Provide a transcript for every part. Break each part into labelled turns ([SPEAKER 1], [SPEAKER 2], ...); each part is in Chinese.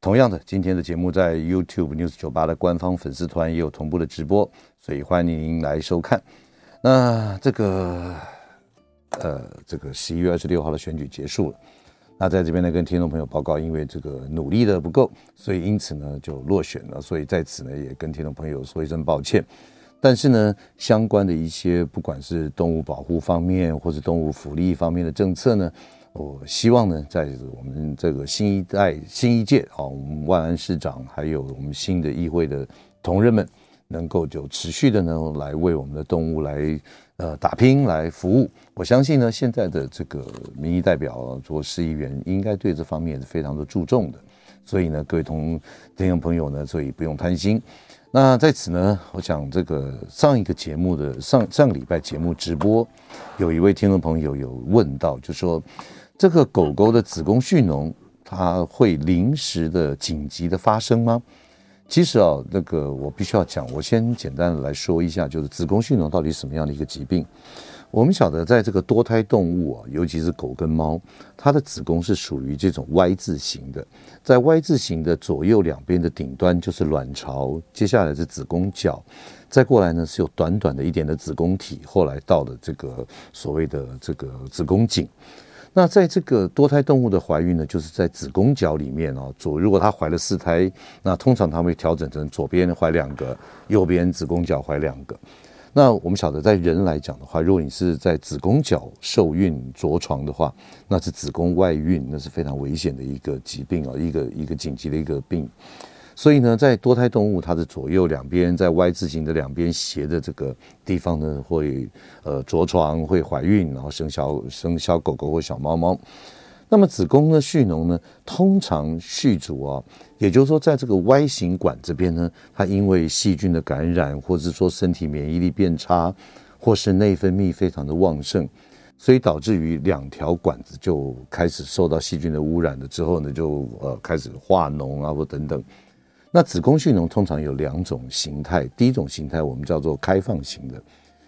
[SPEAKER 1] 同样的，今天的节目在 YouTube News 九八的官方粉丝团也有同步的直播，所以欢迎您来收看。那这个，呃，这个十一月二十六号的选举结束了。那在这边呢，跟听众朋友报告，因为这个努力的不够，所以因此呢就落选了，所以在此呢也跟听众朋友说一声抱歉。但是呢，相关的一些不管是动物保护方面，或是动物福利方面的政策呢，我希望呢，在我们这个新一代、新一届啊，我们万安市长还有我们新的议会的同仁们，能够就持续的呢来为我们的动物来呃打拼来服务。我相信呢，现在的这个民意代表啊做市议员，应该对这方面也是非常的注重的。所以呢，各位同听众朋友呢，所以不用贪心。那在此呢，我想这个上一个节目的上上个礼拜节目直播，有一位听众朋友有问到，就说这个狗狗的子宫蓄脓，它会临时的紧急的发生吗？其实啊，那个我必须要讲，我先简单的来说一下，就是子宫蓄脓到底什么样的一个疾病。我们晓得，在这个多胎动物啊，尤其是狗跟猫，它的子宫是属于这种 Y 字形的，在 Y 字形的左右两边的顶端就是卵巢，接下来是子宫角，再过来呢是有短短的一点的子宫体，后来到了这个所谓的这个子宫颈。那在这个多胎动物的怀孕呢，就是在子宫角里面哦，左如果它怀了四胎，那通常它会调整成左边怀两个，右边子宫角怀两个。那我们晓得，在人来讲的话，如果你是在子宫角受孕着床的话，那是子宫外孕，那是非常危险的一个疾病啊、哦，一个一个紧急的一个病。所以呢，在多胎动物，它的左右两边在 Y 字形的两边斜的这个地方呢，会呃着床，会怀孕，然后生小生小狗狗或小猫猫。那么子宫呢，蓄脓呢，通常蓄阻啊，也就是说，在这个 Y 型管这边呢，它因为细菌的感染，或是说身体免疫力变差，或是内分泌非常的旺盛，所以导致于两条管子就开始受到细菌的污染了。之后呢，就呃开始化脓啊，或等等。那子宫蓄脓通常有两种形态，第一种形态我们叫做开放型的。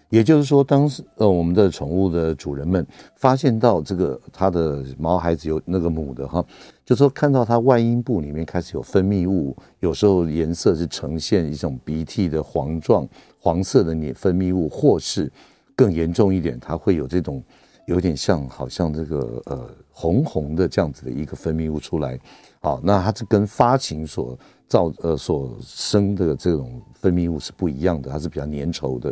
[SPEAKER 1] 也就是说，当时呃，我们的宠物的主人们发现到这个它的毛孩子有那个母的哈，就说看到它外阴部里面开始有分泌物，有时候颜色是呈现一种鼻涕的黄状黄色的黏分泌物，或是更严重一点，它会有这种有点像好像这个呃红红的这样子的一个分泌物出来。好，那它是跟发情所造呃所生的这种分泌物是不一样的，它是比较粘稠的。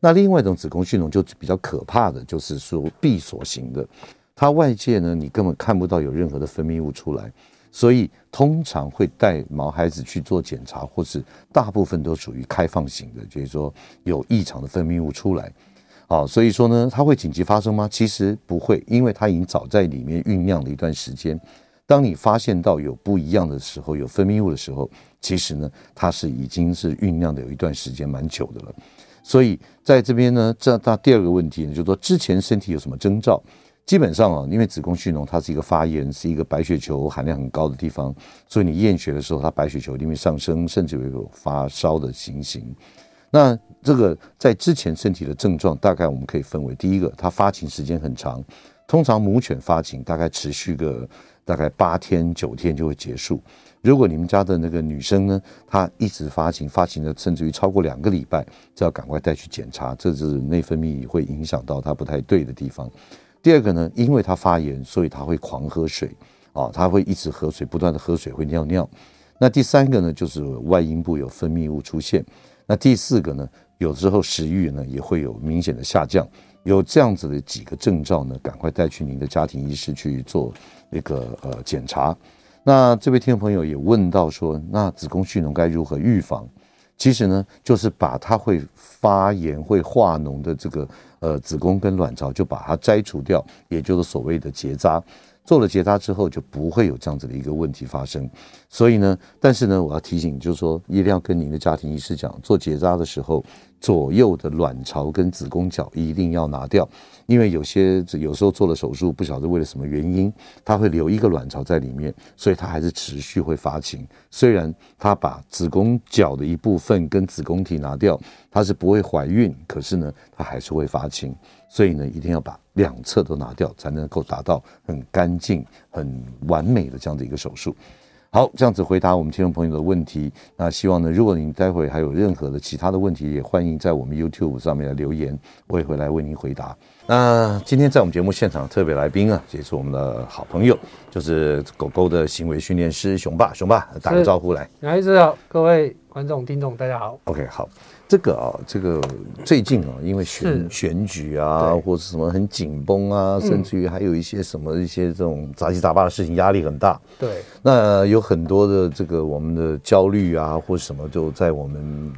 [SPEAKER 1] 那另外一种子宫蓄脓就比较可怕的，就是说闭锁型的，它外界呢你根本看不到有任何的分泌物出来，所以通常会带毛孩子去做检查，或是大部分都属于开放型的，就是说有异常的分泌物出来。好，所以说呢，它会紧急发生吗？其实不会，因为它已经早在里面酝酿了一段时间。当你发现到有不一样的时候，有分泌物的时候，其实呢，它是已经是酝酿的有一段时间蛮久的了。所以在这边呢，这那第二个问题呢，就是说之前身体有什么征兆？基本上啊，因为子宫蓄脓它是一个发炎，是一个白血球含量很高的地方，所以你验血的时候，它白血球一定会上升，甚至会有发烧的情形。那这个在之前身体的症状，大概我们可以分为：第一个，它发情时间很长，通常母犬发情大概持续个大概八天九天就会结束。如果你们家的那个女生呢，她一直发情，发情的甚至于超过两个礼拜，就要赶快带去检查，这就是内分泌会影响到她不太对的地方。第二个呢，因为她发炎，所以她会狂喝水，啊、哦，她会一直喝水，不断的喝水，会尿尿。那第三个呢，就是外阴部有分泌物出现。那第四个呢，有时候食欲呢也会有明显的下降。有这样子的几个征兆呢，赶快带去您的家庭医师去做那个呃检查。那这位听众朋友也问到说，那子宫蓄脓该如何预防？其实呢，就是把它会发炎、会化脓的这个呃子宫跟卵巢，就把它摘除掉，也就是所谓的结扎。做了结扎之后就不会有这样子的一个问题发生。所以呢，但是呢，我要提醒，就是说一定要跟您的家庭医师讲，做结扎的时候左右的卵巢跟子宫角一定要拿掉，因为有些有时候做了手术，不晓得为了什么原因，它会留一个卵巢在里面，所以它还是持续会发情。虽然它把子宫角的一部分跟子宫体拿掉，它是不会怀孕，可是呢，它还是会发情。所以呢，一定要把两侧都拿掉，才能够达到很干净、很完美的这样的一个手术。好，这样子回答我们听众朋友的问题。那希望呢，如果您待会还有任何的其他的问题，也欢迎在我们 YouTube 上面来留言，我也会来为您回答。那今天在我们节目现场特别来宾啊，也是我们的好朋友，就是狗狗的行为训练师熊爸，熊爸打个
[SPEAKER 2] 是
[SPEAKER 1] 招呼来。
[SPEAKER 2] 杨医师好，各位观众、听众，大家好。
[SPEAKER 1] OK，好，这个啊、这个最近啊，因为选
[SPEAKER 2] 是
[SPEAKER 1] 选举啊，
[SPEAKER 2] 对嗯
[SPEAKER 1] 或者什么很紧绷啊，甚至于还有一些什么一些这种杂七杂八的事情，压力很大。
[SPEAKER 2] 对，
[SPEAKER 1] 那有很多的这个我们的焦虑啊，或什么，就在我们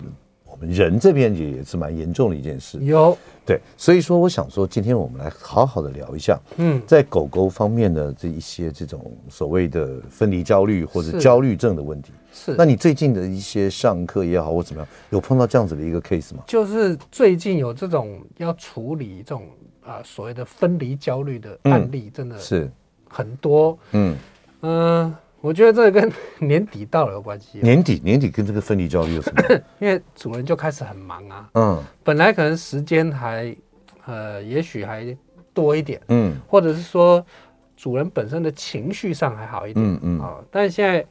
[SPEAKER 1] 我们人这边也也是蛮严重的一件事。
[SPEAKER 2] 有，
[SPEAKER 1] 对，所以说我想说，今天我们来好好的聊一下，
[SPEAKER 2] 嗯，
[SPEAKER 1] 在狗狗方面的这一些这种所谓的分离焦虑或者
[SPEAKER 2] 是
[SPEAKER 1] 焦虑症的问题。
[SPEAKER 2] 是。
[SPEAKER 1] 那你最近的一些上课也好或怎么样，有碰到这样子的一个 case 吗？
[SPEAKER 2] 就是最近有这种要处理这种啊、所谓的分离焦虑的案例，真的
[SPEAKER 1] 是，
[SPEAKER 2] 很多。
[SPEAKER 1] 嗯，
[SPEAKER 2] 嗯、我觉得这个跟年底到了有关系，啊
[SPEAKER 1] 年底年底跟这个分离焦虑有什么？
[SPEAKER 2] 因为主人就开始很忙啊，
[SPEAKER 1] 嗯
[SPEAKER 2] 本来可能时间还呃，也许还多一点，
[SPEAKER 1] 嗯
[SPEAKER 2] 或者是说主人本身的情绪上还好一点。
[SPEAKER 1] 嗯嗯
[SPEAKER 2] 啊、但现在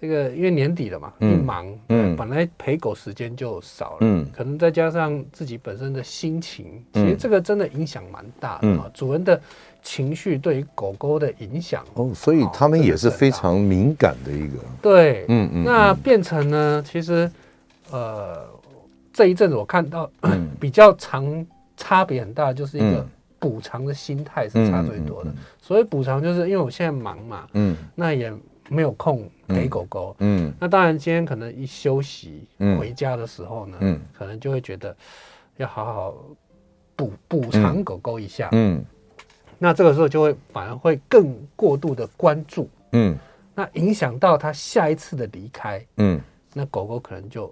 [SPEAKER 2] 这个因为年底了嘛，一
[SPEAKER 1] 嗯
[SPEAKER 2] 忙，
[SPEAKER 1] 嗯
[SPEAKER 2] 本来陪狗时间就少了，
[SPEAKER 1] 嗯
[SPEAKER 2] 可能再加上自己本身的心情，其
[SPEAKER 1] 嗯
[SPEAKER 2] 实这个真的影响蛮大的啊、主人的情绪对于狗狗的影响，
[SPEAKER 1] 哦，所以
[SPEAKER 2] 哦
[SPEAKER 1] 他们
[SPEAKER 2] 真的
[SPEAKER 1] 也是
[SPEAKER 2] 是很
[SPEAKER 1] 非
[SPEAKER 2] 大
[SPEAKER 1] 常敏感的一个，
[SPEAKER 2] 对，
[SPEAKER 1] 嗯嗯，
[SPEAKER 2] 那
[SPEAKER 1] 嗯
[SPEAKER 2] 变成呢，其实呃，这一阵子我看到、
[SPEAKER 1] 嗯
[SPEAKER 2] 比较长差别很大，就是一个
[SPEAKER 1] 嗯
[SPEAKER 2] 补偿的心态是差最多的。
[SPEAKER 1] 嗯嗯嗯
[SPEAKER 2] 所以补偿就是因为我现在忙嘛，
[SPEAKER 1] 嗯
[SPEAKER 2] 那也没有空陪狗狗，
[SPEAKER 1] 嗯
[SPEAKER 2] 那当然，今天可能一休息、
[SPEAKER 1] 嗯
[SPEAKER 2] 回家的时候呢，
[SPEAKER 1] 嗯
[SPEAKER 2] 可能就会觉得要好好补补偿狗狗一下。
[SPEAKER 1] 嗯
[SPEAKER 2] 那这个时候就会反而会更过度的关注，
[SPEAKER 1] 嗯
[SPEAKER 2] 那影响到它下一次的离开，
[SPEAKER 1] 嗯，
[SPEAKER 2] 那狗狗可能就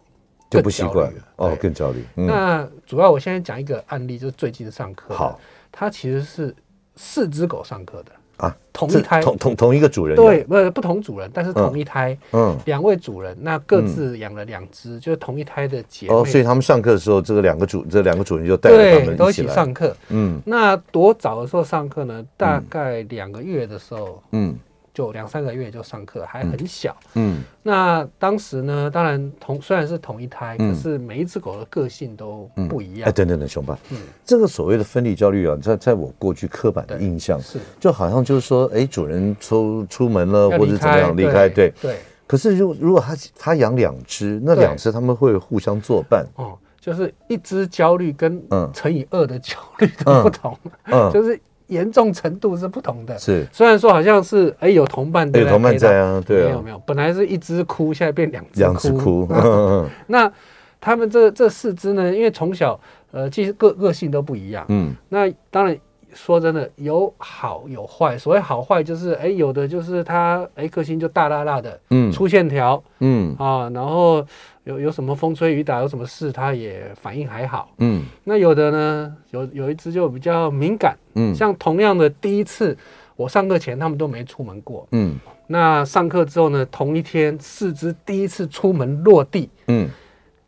[SPEAKER 1] 就
[SPEAKER 2] 更
[SPEAKER 1] 不习
[SPEAKER 2] 焦虑
[SPEAKER 1] 惯
[SPEAKER 2] 了
[SPEAKER 1] 哦
[SPEAKER 2] 对，
[SPEAKER 1] 更焦虑，嗯
[SPEAKER 2] 那主要我现在讲一个案例，就是最近上课，
[SPEAKER 1] 好，
[SPEAKER 2] 它其实是四只狗上课的，
[SPEAKER 1] 啊，
[SPEAKER 2] 同
[SPEAKER 1] 这
[SPEAKER 2] 一胎，
[SPEAKER 1] 同同同一个主人
[SPEAKER 2] 对，，不不同主人，但是
[SPEAKER 1] 嗯
[SPEAKER 2] 同一胎。
[SPEAKER 1] 嗯
[SPEAKER 2] 两位主人，那各自养了两只，就是同一胎的姐妹。
[SPEAKER 1] 哦，所以他们上课的时候，这个两个主这两个主人就带着他
[SPEAKER 2] 对，
[SPEAKER 1] 们
[SPEAKER 2] 都
[SPEAKER 1] 一
[SPEAKER 2] 一
[SPEAKER 1] 起
[SPEAKER 2] 起
[SPEAKER 1] 来，
[SPEAKER 2] 上课。
[SPEAKER 1] 嗯
[SPEAKER 2] 那多早的时候上课呢？大概两个月的时候，
[SPEAKER 1] 嗯
[SPEAKER 2] 就两三个月就上课，还很小。
[SPEAKER 1] 嗯
[SPEAKER 2] 那当时呢，当然同虽然是同一胎，
[SPEAKER 1] 嗯
[SPEAKER 2] 可是每一只狗的个性都
[SPEAKER 1] 嗯
[SPEAKER 2] 不一
[SPEAKER 1] 哎，
[SPEAKER 2] 样。
[SPEAKER 1] 等等等，熊爸，这个所谓的分离焦虑啊，在在我过去刻板的
[SPEAKER 2] 对
[SPEAKER 1] 印象
[SPEAKER 2] 是
[SPEAKER 1] 就好像就是说，哎，主人出出门了，
[SPEAKER 2] 要
[SPEAKER 1] 呃或者怎么样离开，对。
[SPEAKER 2] 对
[SPEAKER 1] 可是如如果他他养两只，那
[SPEAKER 2] 对
[SPEAKER 1] 两只他们会互相作伴，
[SPEAKER 2] 哦，就是一只焦虑跟
[SPEAKER 1] 嗯
[SPEAKER 2] 乘以二的焦虑都不同，
[SPEAKER 1] 嗯，
[SPEAKER 2] 就是严重程度是不同的。
[SPEAKER 1] 是
[SPEAKER 2] 虽然说好像是哎有同伴
[SPEAKER 1] 有
[SPEAKER 2] 来
[SPEAKER 1] 同伴
[SPEAKER 2] 陪它
[SPEAKER 1] 在啊，对
[SPEAKER 2] 没有
[SPEAKER 1] 啊
[SPEAKER 2] 没，有，本来是一只哭，现在变两只啊
[SPEAKER 1] 两只哭，嗯嗯
[SPEAKER 2] 那他们这这四只呢，因为从小呃，其实个个性都不一样。
[SPEAKER 1] 嗯
[SPEAKER 2] 那当然说真的，有好有坏。所谓好坏，就是哎，有的就是它哎个性就大辣辣的，
[SPEAKER 1] 嗯
[SPEAKER 2] 粗线条
[SPEAKER 1] 嗯
[SPEAKER 2] 啊，然后有有什么风吹雨打，有什么事它也反应还好。
[SPEAKER 1] 嗯
[SPEAKER 2] 那有的呢，有有一只就比较敏感，
[SPEAKER 1] 嗯
[SPEAKER 2] 像同样的第一次。我上课前他们都没出门过，
[SPEAKER 1] 嗯
[SPEAKER 2] 那上课之后呢？同一天，四只第一次出门落地，
[SPEAKER 1] 嗯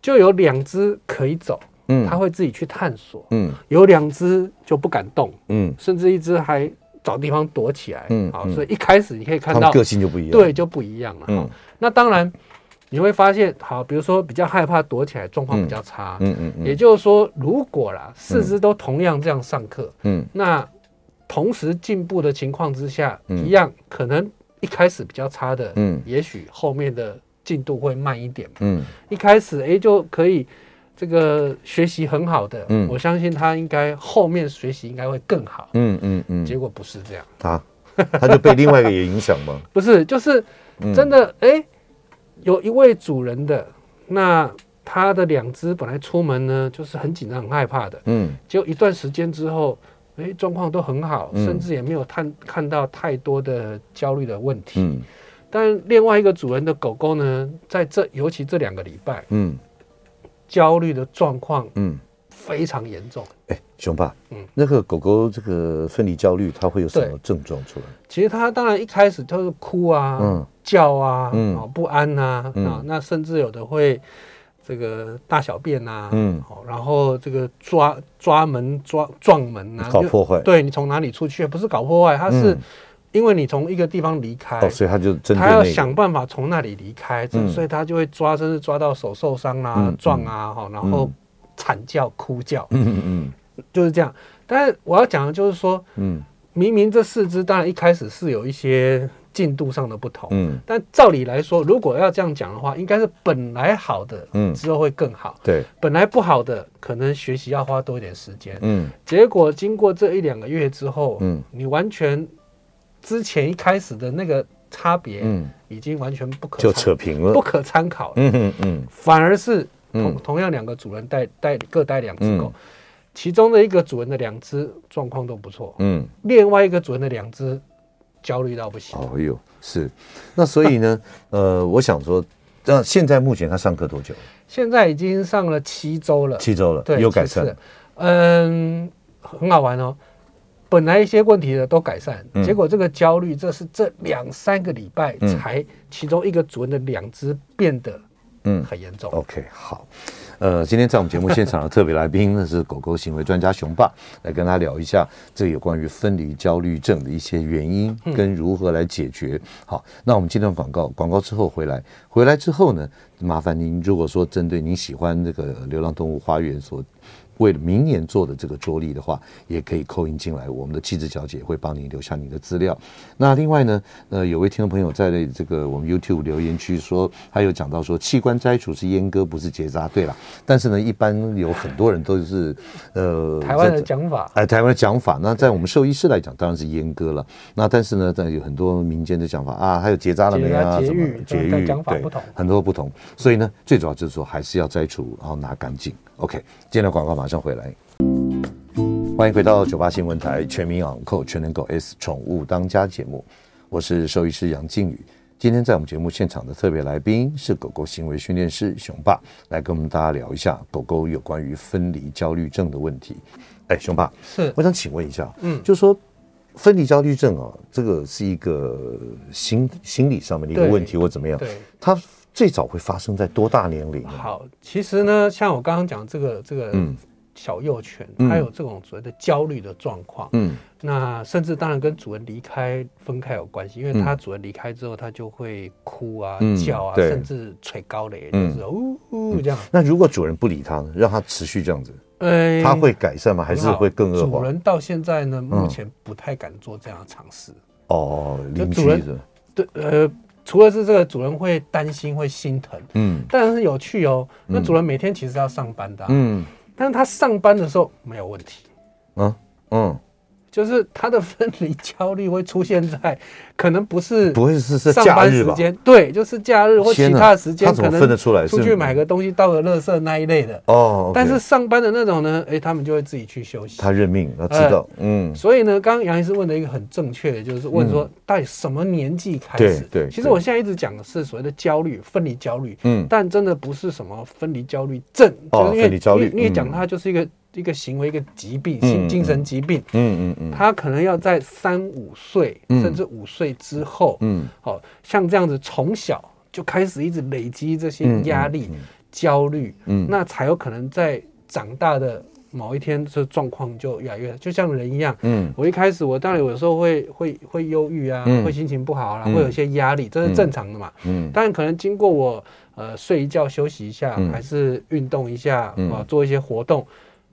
[SPEAKER 2] 就有两只可以走，
[SPEAKER 1] 嗯，
[SPEAKER 2] 它会自己去探索；
[SPEAKER 1] 嗯
[SPEAKER 2] 有两只就不敢动，
[SPEAKER 1] 嗯，
[SPEAKER 2] 甚至一只还找地方躲起来。
[SPEAKER 1] 嗯
[SPEAKER 2] 好，
[SPEAKER 1] 嗯
[SPEAKER 2] 所以一开始你可以看
[SPEAKER 1] 他
[SPEAKER 2] 到
[SPEAKER 1] 们，个性就不一样，
[SPEAKER 2] 对，，就不一样了。
[SPEAKER 1] 嗯
[SPEAKER 2] 那当然，你会发现，好，比如说比较害怕躲起来，状况比较差。
[SPEAKER 1] 嗯嗯嗯
[SPEAKER 2] 也就是说，如果啦，四只都同样这样上课，
[SPEAKER 1] 嗯
[SPEAKER 2] 那同时进步的情况之下，
[SPEAKER 1] 嗯
[SPEAKER 2] 一样可能一开始比较差的，
[SPEAKER 1] 嗯
[SPEAKER 2] 也许后面的进度会慢一点嘛。
[SPEAKER 1] 嗯
[SPEAKER 2] 一开始哎就可以这个学习很好的，
[SPEAKER 1] 嗯
[SPEAKER 2] 我相信他应该后面学习应该会更好。
[SPEAKER 1] 嗯嗯嗯，
[SPEAKER 2] 结果不是这样，
[SPEAKER 1] 他 他就被另外一个也影响吗？
[SPEAKER 2] 不是就是
[SPEAKER 1] 嗯
[SPEAKER 2] 真的哎、有一位主人的那他的两只本来出门呢就是很紧张很害怕的，
[SPEAKER 1] 嗯
[SPEAKER 2] 结果一段时间之后。哎，状况都很好，
[SPEAKER 1] 嗯
[SPEAKER 2] 甚至也没有看看到太多的焦虑的问题。
[SPEAKER 1] 嗯
[SPEAKER 2] 但另外一个主人的狗狗呢，在这尤其这两个礼拜，
[SPEAKER 1] 嗯
[SPEAKER 2] 焦虑的状况
[SPEAKER 1] 嗯，
[SPEAKER 2] 非常严重。
[SPEAKER 1] 哎，熊爸，
[SPEAKER 2] 嗯
[SPEAKER 1] 那个狗狗这个分离焦虑，它会有什么
[SPEAKER 2] 对
[SPEAKER 1] 症状出来？
[SPEAKER 2] 其实它当然一开始就是哭啊、
[SPEAKER 1] 嗯
[SPEAKER 2] 叫啊、
[SPEAKER 1] 嗯
[SPEAKER 2] 哦、不安呐、啊
[SPEAKER 1] 嗯
[SPEAKER 2] 那甚至有的会这个大小便呐、
[SPEAKER 1] 嗯
[SPEAKER 2] 哦，然后这个抓抓门、抓撞门呐、
[SPEAKER 1] 搞
[SPEAKER 2] 就
[SPEAKER 1] 破坏
[SPEAKER 2] 对你从哪里出去，不是搞破坏，它是
[SPEAKER 1] 嗯
[SPEAKER 2] 因为你从一个地方离开。
[SPEAKER 1] 哦，所以它就针对
[SPEAKER 2] 它要
[SPEAKER 1] 那个，
[SPEAKER 2] 想办法从那里离开，这
[SPEAKER 1] 嗯
[SPEAKER 2] 所以它就会抓，甚至抓到手受伤啦、
[SPEAKER 1] 嗯嗯
[SPEAKER 2] 撞啊，哈、然后惨叫、哭叫，
[SPEAKER 1] 嗯嗯嗯
[SPEAKER 2] 就是这样。但是我要讲的就是说，
[SPEAKER 1] 嗯
[SPEAKER 2] 明明这四只当然一开始是有一些进度上的不同，
[SPEAKER 1] 嗯，
[SPEAKER 2] 但照理来说，如果要这样讲的话，应该是本来好的，
[SPEAKER 1] 嗯
[SPEAKER 2] 之后会更好；
[SPEAKER 1] 对，
[SPEAKER 2] 本来不好的，可能学习要花多一点时间。
[SPEAKER 1] 嗯
[SPEAKER 2] 结果经过这一两个月之后，
[SPEAKER 1] 嗯
[SPEAKER 2] 你完全之前一开始的那个差别，
[SPEAKER 1] 嗯，
[SPEAKER 2] 已经完全不可
[SPEAKER 1] 就
[SPEAKER 2] 参
[SPEAKER 1] 扯平
[SPEAKER 2] 不
[SPEAKER 1] 了，
[SPEAKER 2] 可参考了，
[SPEAKER 1] 嗯嗯嗯
[SPEAKER 2] 反而是同
[SPEAKER 1] 嗯
[SPEAKER 2] 同样两个主人带带各带两只
[SPEAKER 1] 嗯
[SPEAKER 2] 狗，其中的一个主人的两只状况都不错，
[SPEAKER 1] 嗯，
[SPEAKER 2] 另外一个主人的两只焦虑到不行。
[SPEAKER 1] 哦哟，是，那所以呢，呃，我想说，那现在目前它上课多久了？
[SPEAKER 2] 现在已经上了七周了，
[SPEAKER 1] 七周了，
[SPEAKER 2] 对，
[SPEAKER 1] 有改
[SPEAKER 2] 是
[SPEAKER 1] 善
[SPEAKER 2] 是，嗯，很好玩哦。本来一些问题的都改善，
[SPEAKER 1] 嗯
[SPEAKER 2] 结果这个焦虑，这是这两三个礼拜
[SPEAKER 1] 嗯
[SPEAKER 2] 才其中一个主人的两只变得
[SPEAKER 1] 嗯。
[SPEAKER 2] 很严重。
[SPEAKER 1] OK，好，呃，今天在我们节目现场的特别来宾呢是狗狗行为专家熊爸，来跟他聊一下这有关于分离焦虑症的一些原因跟如何来解决。好，那我们这段广告，广告之后回来，回来之后呢，麻烦您如果说针对您喜欢这个流浪动物花园所。为了明年做的这个着力的话，也可以扣印进来，我们的气质小姐会帮您留下您的资料。那另外呢，呃，有位听众朋友在这个我们 YouTube 留言区说，他有讲到说器官摘除是阉割，不是结扎。对啦，但是呢，一般有很多人都是，呃，
[SPEAKER 2] 台湾的
[SPEAKER 1] 在
[SPEAKER 2] 讲法，
[SPEAKER 1] 哎，台湾的讲法，那在我们兽医师来讲，当然是阉割了。那但是呢，在有很多民间的讲法啊，还有结扎了没啊，
[SPEAKER 2] 结
[SPEAKER 1] 什
[SPEAKER 2] 扎
[SPEAKER 1] 么
[SPEAKER 2] 节育
[SPEAKER 1] 节育，
[SPEAKER 2] 讲法
[SPEAKER 1] 对
[SPEAKER 2] 不同
[SPEAKER 1] 很多不同。所以呢，最主要就是说还是要摘除，然后拿干净。OK，今天的广告马上回来。欢迎回到九八新闻台《全民养狗全能狗 S 宠物当家》节目，我是兽医师杨靖宇。今天在我们节目现场的特别来宾是狗狗行为训练师熊爸，来跟我们大家聊一下狗狗有关于分离焦虑症的问题。哎，熊爸，
[SPEAKER 2] 是
[SPEAKER 1] 我想请问一下，
[SPEAKER 2] 嗯
[SPEAKER 1] 就说分离焦虑症啊，这个是一个心心理上面的一个
[SPEAKER 2] 对
[SPEAKER 1] 问题，或怎么样？
[SPEAKER 2] 对。
[SPEAKER 1] 它最早会发生在多大年龄呢？啊
[SPEAKER 2] 好，呃其实呢，像我刚刚讲这个这个
[SPEAKER 1] 嗯
[SPEAKER 2] 小幼犬，
[SPEAKER 1] 嗯
[SPEAKER 2] 它有这种所谓的焦虑的状况，
[SPEAKER 1] 嗯
[SPEAKER 2] 那甚至当然跟主人离开分开有关系，因为
[SPEAKER 1] 嗯
[SPEAKER 2] 它主人离开之后，它就会哭啊、
[SPEAKER 1] 嗯
[SPEAKER 2] 叫啊，
[SPEAKER 1] 对
[SPEAKER 2] 甚至捶高雷，就
[SPEAKER 1] 嗯
[SPEAKER 2] 是呜呜这样。
[SPEAKER 1] 那如果主人不理它呢，让它持续这样子，
[SPEAKER 2] 呃，
[SPEAKER 1] 嗯它会改善吗？还是
[SPEAKER 2] 很好
[SPEAKER 1] 会更恶
[SPEAKER 2] 主
[SPEAKER 1] 化？嗯
[SPEAKER 2] 人到现在呢，目前不太敢做这样的尝试。
[SPEAKER 1] 哦，
[SPEAKER 2] 就
[SPEAKER 1] 邻居
[SPEAKER 2] 主人
[SPEAKER 1] 的，
[SPEAKER 2] 对，呃，除了是这个主人会担心、会心疼，
[SPEAKER 1] 嗯
[SPEAKER 2] 但是有趣哦，那主人每天其实要上班的啊、
[SPEAKER 1] 嗯
[SPEAKER 2] 但是他上班的时候没有问题。
[SPEAKER 1] 啊嗯，
[SPEAKER 2] 就是他的分离焦虑会出现在，可能不是
[SPEAKER 1] 不会是是
[SPEAKER 2] 上
[SPEAKER 1] 假
[SPEAKER 2] 班
[SPEAKER 1] 日
[SPEAKER 2] 时
[SPEAKER 1] 吧？
[SPEAKER 2] 间，对，就是假日或其
[SPEAKER 1] 天哪
[SPEAKER 2] 他的时间，
[SPEAKER 1] 他怎么
[SPEAKER 2] 可能
[SPEAKER 1] 分得出来
[SPEAKER 2] 出
[SPEAKER 1] 是
[SPEAKER 2] 去买个东西、倒个垃圾那一类的。
[SPEAKER 1] 哦，OK，
[SPEAKER 2] 但是上班的那种呢，哎，他们就会自己去休息。
[SPEAKER 1] 他认命，他知
[SPEAKER 2] 呃
[SPEAKER 1] 道，嗯
[SPEAKER 2] 所以呢，刚刚杨医师问的一个很正确的，就是问说，到底什么年纪开始？
[SPEAKER 1] 对对
[SPEAKER 2] 其实我现在一直讲的是所谓的焦虑、分离焦虑，
[SPEAKER 1] 嗯
[SPEAKER 2] 但真的不是什么分离焦虑症，
[SPEAKER 1] 哦
[SPEAKER 2] 就是因为
[SPEAKER 1] 分离焦虑
[SPEAKER 2] 你你也
[SPEAKER 1] 嗯
[SPEAKER 2] 讲它就是一个一个行为、一个疾病，
[SPEAKER 1] 嗯
[SPEAKER 2] 精
[SPEAKER 1] 嗯
[SPEAKER 2] 精神疾病。
[SPEAKER 1] 嗯嗯嗯
[SPEAKER 2] 他可能要在三五岁，
[SPEAKER 1] 嗯
[SPEAKER 2] 甚至五岁之后，
[SPEAKER 1] 嗯
[SPEAKER 2] 好、像这样子从小就开始一直累积这些
[SPEAKER 1] 嗯
[SPEAKER 2] 压力、焦虑，
[SPEAKER 1] 嗯
[SPEAKER 2] 那才有可能在长大的某一天，这状况就越来越，就像人一样。
[SPEAKER 1] 嗯
[SPEAKER 2] 我一开始，我当然有时候会会会忧郁啊，
[SPEAKER 1] 嗯
[SPEAKER 2] 会心情不好啦、
[SPEAKER 1] 嗯
[SPEAKER 2] 会有一些压力，这是正常的嘛。
[SPEAKER 1] 嗯
[SPEAKER 2] 当然，可能经过我呃睡一觉休息一下，
[SPEAKER 1] 嗯
[SPEAKER 2] 还是运动一下，啊、
[SPEAKER 1] 嗯
[SPEAKER 2] 做一些活动，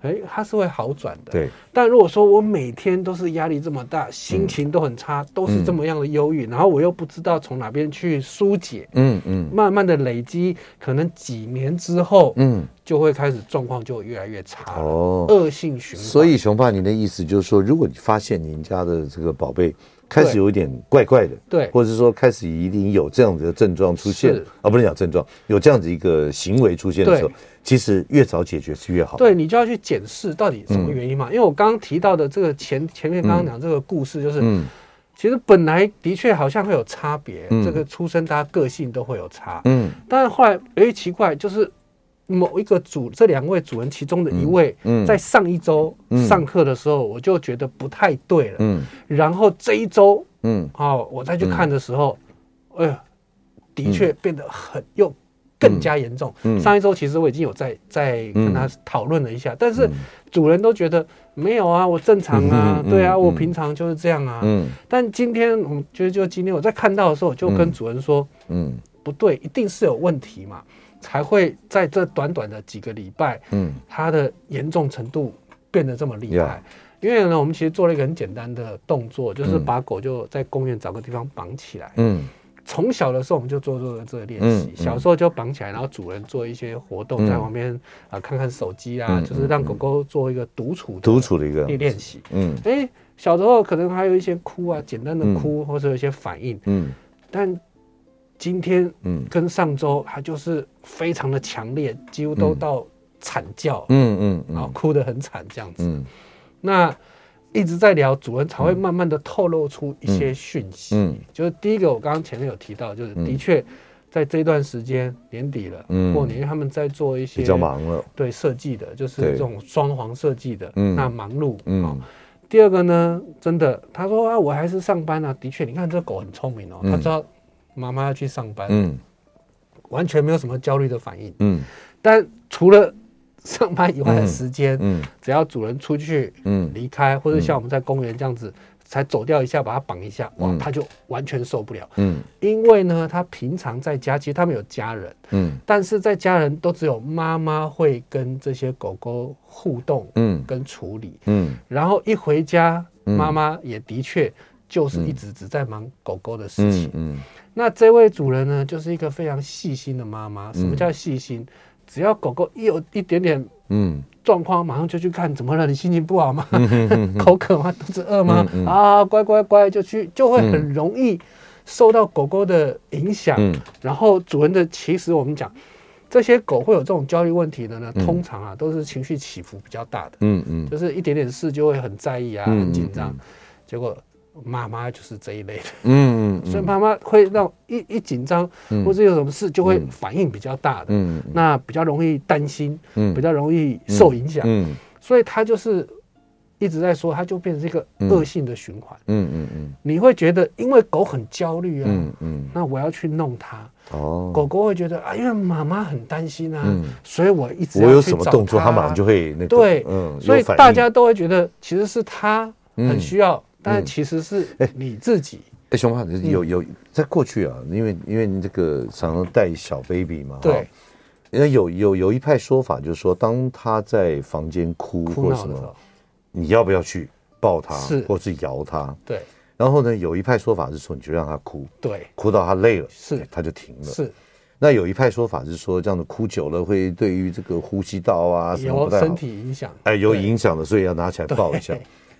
[SPEAKER 2] 哎，它是会好转的。
[SPEAKER 1] 对，
[SPEAKER 2] 但如果说我每天都是压力这么大，
[SPEAKER 1] 嗯
[SPEAKER 2] 心情都很差，都是这么样的忧郁，然后我又不知道从哪边去疏解，
[SPEAKER 1] 嗯嗯
[SPEAKER 2] 慢慢的累积，可能几年之后
[SPEAKER 1] 嗯，
[SPEAKER 2] 就会开始状况就越来越差了，
[SPEAKER 1] 哦，
[SPEAKER 2] 恶性循环。
[SPEAKER 1] 所以，熊爸，您的意思就是说，如果你发现您家的这个宝贝开始有一点怪怪的，
[SPEAKER 2] 对
[SPEAKER 1] 或者是说开始已经有这样子的症状出现
[SPEAKER 2] 是
[SPEAKER 1] 啊，不能讲症状，有这样子一个行为出现的时候
[SPEAKER 2] 对，
[SPEAKER 1] 其实越早解决是越好。
[SPEAKER 2] 对你就要去检视到底什么原因
[SPEAKER 1] 嗯
[SPEAKER 2] 嘛。因为我刚刚提到的这个前前面刚刚讲这个故事，就是、
[SPEAKER 1] 嗯
[SPEAKER 2] 其实本来的确好像会有差别，
[SPEAKER 1] 嗯
[SPEAKER 2] 这个出生大家个性都会有差，
[SPEAKER 1] 嗯
[SPEAKER 2] 但是后来哎奇怪，就是某一个主这两位主人其中的一位，
[SPEAKER 1] 嗯
[SPEAKER 2] 在上一周
[SPEAKER 1] 嗯
[SPEAKER 2] 上课的时候，我就觉得不太对了，
[SPEAKER 1] 嗯
[SPEAKER 2] 然后这一周
[SPEAKER 1] 嗯
[SPEAKER 2] 哦，我再去看的时候，哎呦，的确变得很又更加严重。
[SPEAKER 1] 嗯
[SPEAKER 2] 上一周其实我已经有在在跟他讨论了一下，但是主人都觉得没有啊，我正常
[SPEAKER 1] 嗯
[SPEAKER 2] 啊，
[SPEAKER 1] 嗯嗯嗯
[SPEAKER 2] 对啊，
[SPEAKER 1] 嗯
[SPEAKER 2] 我平常就是这样啊。
[SPEAKER 1] 嗯
[SPEAKER 2] 但今天我们就就今天我在看到的时候，我就跟主人说，
[SPEAKER 1] 嗯
[SPEAKER 2] 不对，一定是有问题嘛，才会在这短短的几个礼拜，
[SPEAKER 1] 嗯
[SPEAKER 2] 它的严重程度变得这么厉害。因为呢，我们其实做了一个很简单的动作，就是
[SPEAKER 1] 嗯
[SPEAKER 2] 把狗就在公园找个地方绑起来。
[SPEAKER 1] 嗯
[SPEAKER 2] 从小的时候我们就做做了这个练习，
[SPEAKER 1] 嗯嗯
[SPEAKER 2] 小时候就绑起来，然后主人做一些活
[SPEAKER 1] 嗯
[SPEAKER 2] 动，在旁边啊、看看手机啊，
[SPEAKER 1] 嗯
[SPEAKER 2] 就是让狗狗做一个独处的
[SPEAKER 1] 独处的一个，
[SPEAKER 2] 练习。
[SPEAKER 1] 嗯
[SPEAKER 2] 哎、小时候可能还有一些哭啊，简单的哭、或者有一些反应，
[SPEAKER 1] 嗯
[SPEAKER 2] 但今天
[SPEAKER 1] 嗯
[SPEAKER 2] 跟上周它就是非常的强烈，几乎都
[SPEAKER 1] 嗯
[SPEAKER 2] 到惨叫，
[SPEAKER 1] 嗯嗯
[SPEAKER 2] 然后
[SPEAKER 1] 嗯
[SPEAKER 2] 哭得很惨这样子。
[SPEAKER 1] 嗯
[SPEAKER 2] 那一直在聊，主人才会慢慢的透露出一些讯息。
[SPEAKER 1] 嗯
[SPEAKER 2] 就是第一个，我刚刚前面有提到，就是
[SPEAKER 1] 嗯
[SPEAKER 2] 的确在这段时间年底了，
[SPEAKER 1] 嗯
[SPEAKER 2] 过年因为他们在做一些
[SPEAKER 1] 比较忙了，
[SPEAKER 2] 对设计的，就是
[SPEAKER 1] 对
[SPEAKER 2] 这种装潢设计的，
[SPEAKER 1] 嗯
[SPEAKER 2] 那忙碌。哦
[SPEAKER 1] 嗯
[SPEAKER 2] 第二个呢，真的，他说啊，我还是上班啊。的确，你看这狗很聪明哦，
[SPEAKER 1] 嗯
[SPEAKER 2] 它知道妈妈要去上班，
[SPEAKER 1] 嗯
[SPEAKER 2] 完全没有什么焦虑的反应。
[SPEAKER 1] 嗯
[SPEAKER 2] 但除了上班以外的时间，
[SPEAKER 1] 嗯
[SPEAKER 2] 只要主人出去
[SPEAKER 1] 嗯
[SPEAKER 2] 离开，或者像我们在公园这样子，才走掉一下，把它绑一下，哇
[SPEAKER 1] 嗯，
[SPEAKER 2] 它就完全受不了。
[SPEAKER 1] 嗯
[SPEAKER 2] 因为呢，它平常在家，其实他们有家人，
[SPEAKER 1] 嗯
[SPEAKER 2] 但是在家人都只有妈妈会跟这些狗狗互动
[SPEAKER 1] 嗯
[SPEAKER 2] 跟处理，
[SPEAKER 1] 嗯
[SPEAKER 2] 然后一回家，
[SPEAKER 1] 嗯
[SPEAKER 2] 妈妈也的确就是一直只在忙狗狗的事情。
[SPEAKER 1] 嗯
[SPEAKER 2] 那这位主人呢，就是一个非常细心的妈妈。什么叫细心？只要狗狗一有一点点
[SPEAKER 1] 嗯
[SPEAKER 2] 状况，马上就去看，怎么了？你心情不 好吗？口渴吗？肚子饿吗？
[SPEAKER 1] 嗯嗯
[SPEAKER 2] 啊，乖乖乖，就去，就会很容易受到狗狗的影响。
[SPEAKER 1] 嗯
[SPEAKER 2] 然后主人的，其实我们讲，这些狗会有这种焦虑问题的呢，通常啊都是情绪起伏比较大的，
[SPEAKER 1] 嗯嗯。
[SPEAKER 2] 就是一点点事就会很在意啊，
[SPEAKER 1] 嗯
[SPEAKER 2] 很紧张。
[SPEAKER 1] 嗯
[SPEAKER 2] 结果妈妈就是这一类的，
[SPEAKER 1] 嗯，
[SPEAKER 2] 所以妈妈会让一一紧张、
[SPEAKER 1] 嗯
[SPEAKER 2] 或者有什么事就会
[SPEAKER 1] 嗯
[SPEAKER 2] 反应比较大的，
[SPEAKER 1] 嗯
[SPEAKER 2] 那比较容易担心，
[SPEAKER 1] 嗯
[SPEAKER 2] 比较容易受影响。
[SPEAKER 1] 嗯
[SPEAKER 2] 所以他就是一直在说，他就变成一个恶性的循环。
[SPEAKER 1] 嗯嗯嗯
[SPEAKER 2] 你会觉得，因为狗很焦虑啊，
[SPEAKER 1] 嗯嗯
[SPEAKER 2] 那我要去弄它。
[SPEAKER 1] 哦，
[SPEAKER 2] 狗狗会觉得啊，因为妈妈很担心啊，
[SPEAKER 1] 嗯
[SPEAKER 2] 所以我一直
[SPEAKER 1] 我
[SPEAKER 2] 要
[SPEAKER 1] 有
[SPEAKER 2] 去
[SPEAKER 1] 什么
[SPEAKER 2] 找
[SPEAKER 1] 动作，
[SPEAKER 2] 它
[SPEAKER 1] 它马上就会那个
[SPEAKER 2] 对，
[SPEAKER 1] 嗯，
[SPEAKER 2] 所以
[SPEAKER 1] 有反应
[SPEAKER 2] 大家都会觉得其实是它很需要，但其实是
[SPEAKER 1] 哎
[SPEAKER 2] 你自己。
[SPEAKER 1] 哎，熊胖有有在过去啊，因为因为你这个常常带小 baby 嘛，
[SPEAKER 2] 对，，
[SPEAKER 1] 因为有有有一派说法就是说，当他在房间哭
[SPEAKER 2] 哭
[SPEAKER 1] 或
[SPEAKER 2] 闹
[SPEAKER 1] 什
[SPEAKER 2] 的时候
[SPEAKER 1] 么，，你要不要去抱他，
[SPEAKER 2] 是
[SPEAKER 1] 或是摇他？
[SPEAKER 2] 对
[SPEAKER 1] 然后呢，有一派说法是说，你就让他哭，
[SPEAKER 2] 对
[SPEAKER 1] 哭到他累了，
[SPEAKER 2] 是
[SPEAKER 1] 哎他就停了。
[SPEAKER 2] 是
[SPEAKER 1] 那有一派说法是说，这样子哭久了会对于这个呼吸道啊什么
[SPEAKER 2] 有
[SPEAKER 1] 不太好
[SPEAKER 2] 身，体影响，
[SPEAKER 1] 哎，有
[SPEAKER 2] 对
[SPEAKER 1] 影响的，所以要拿起来抱一下。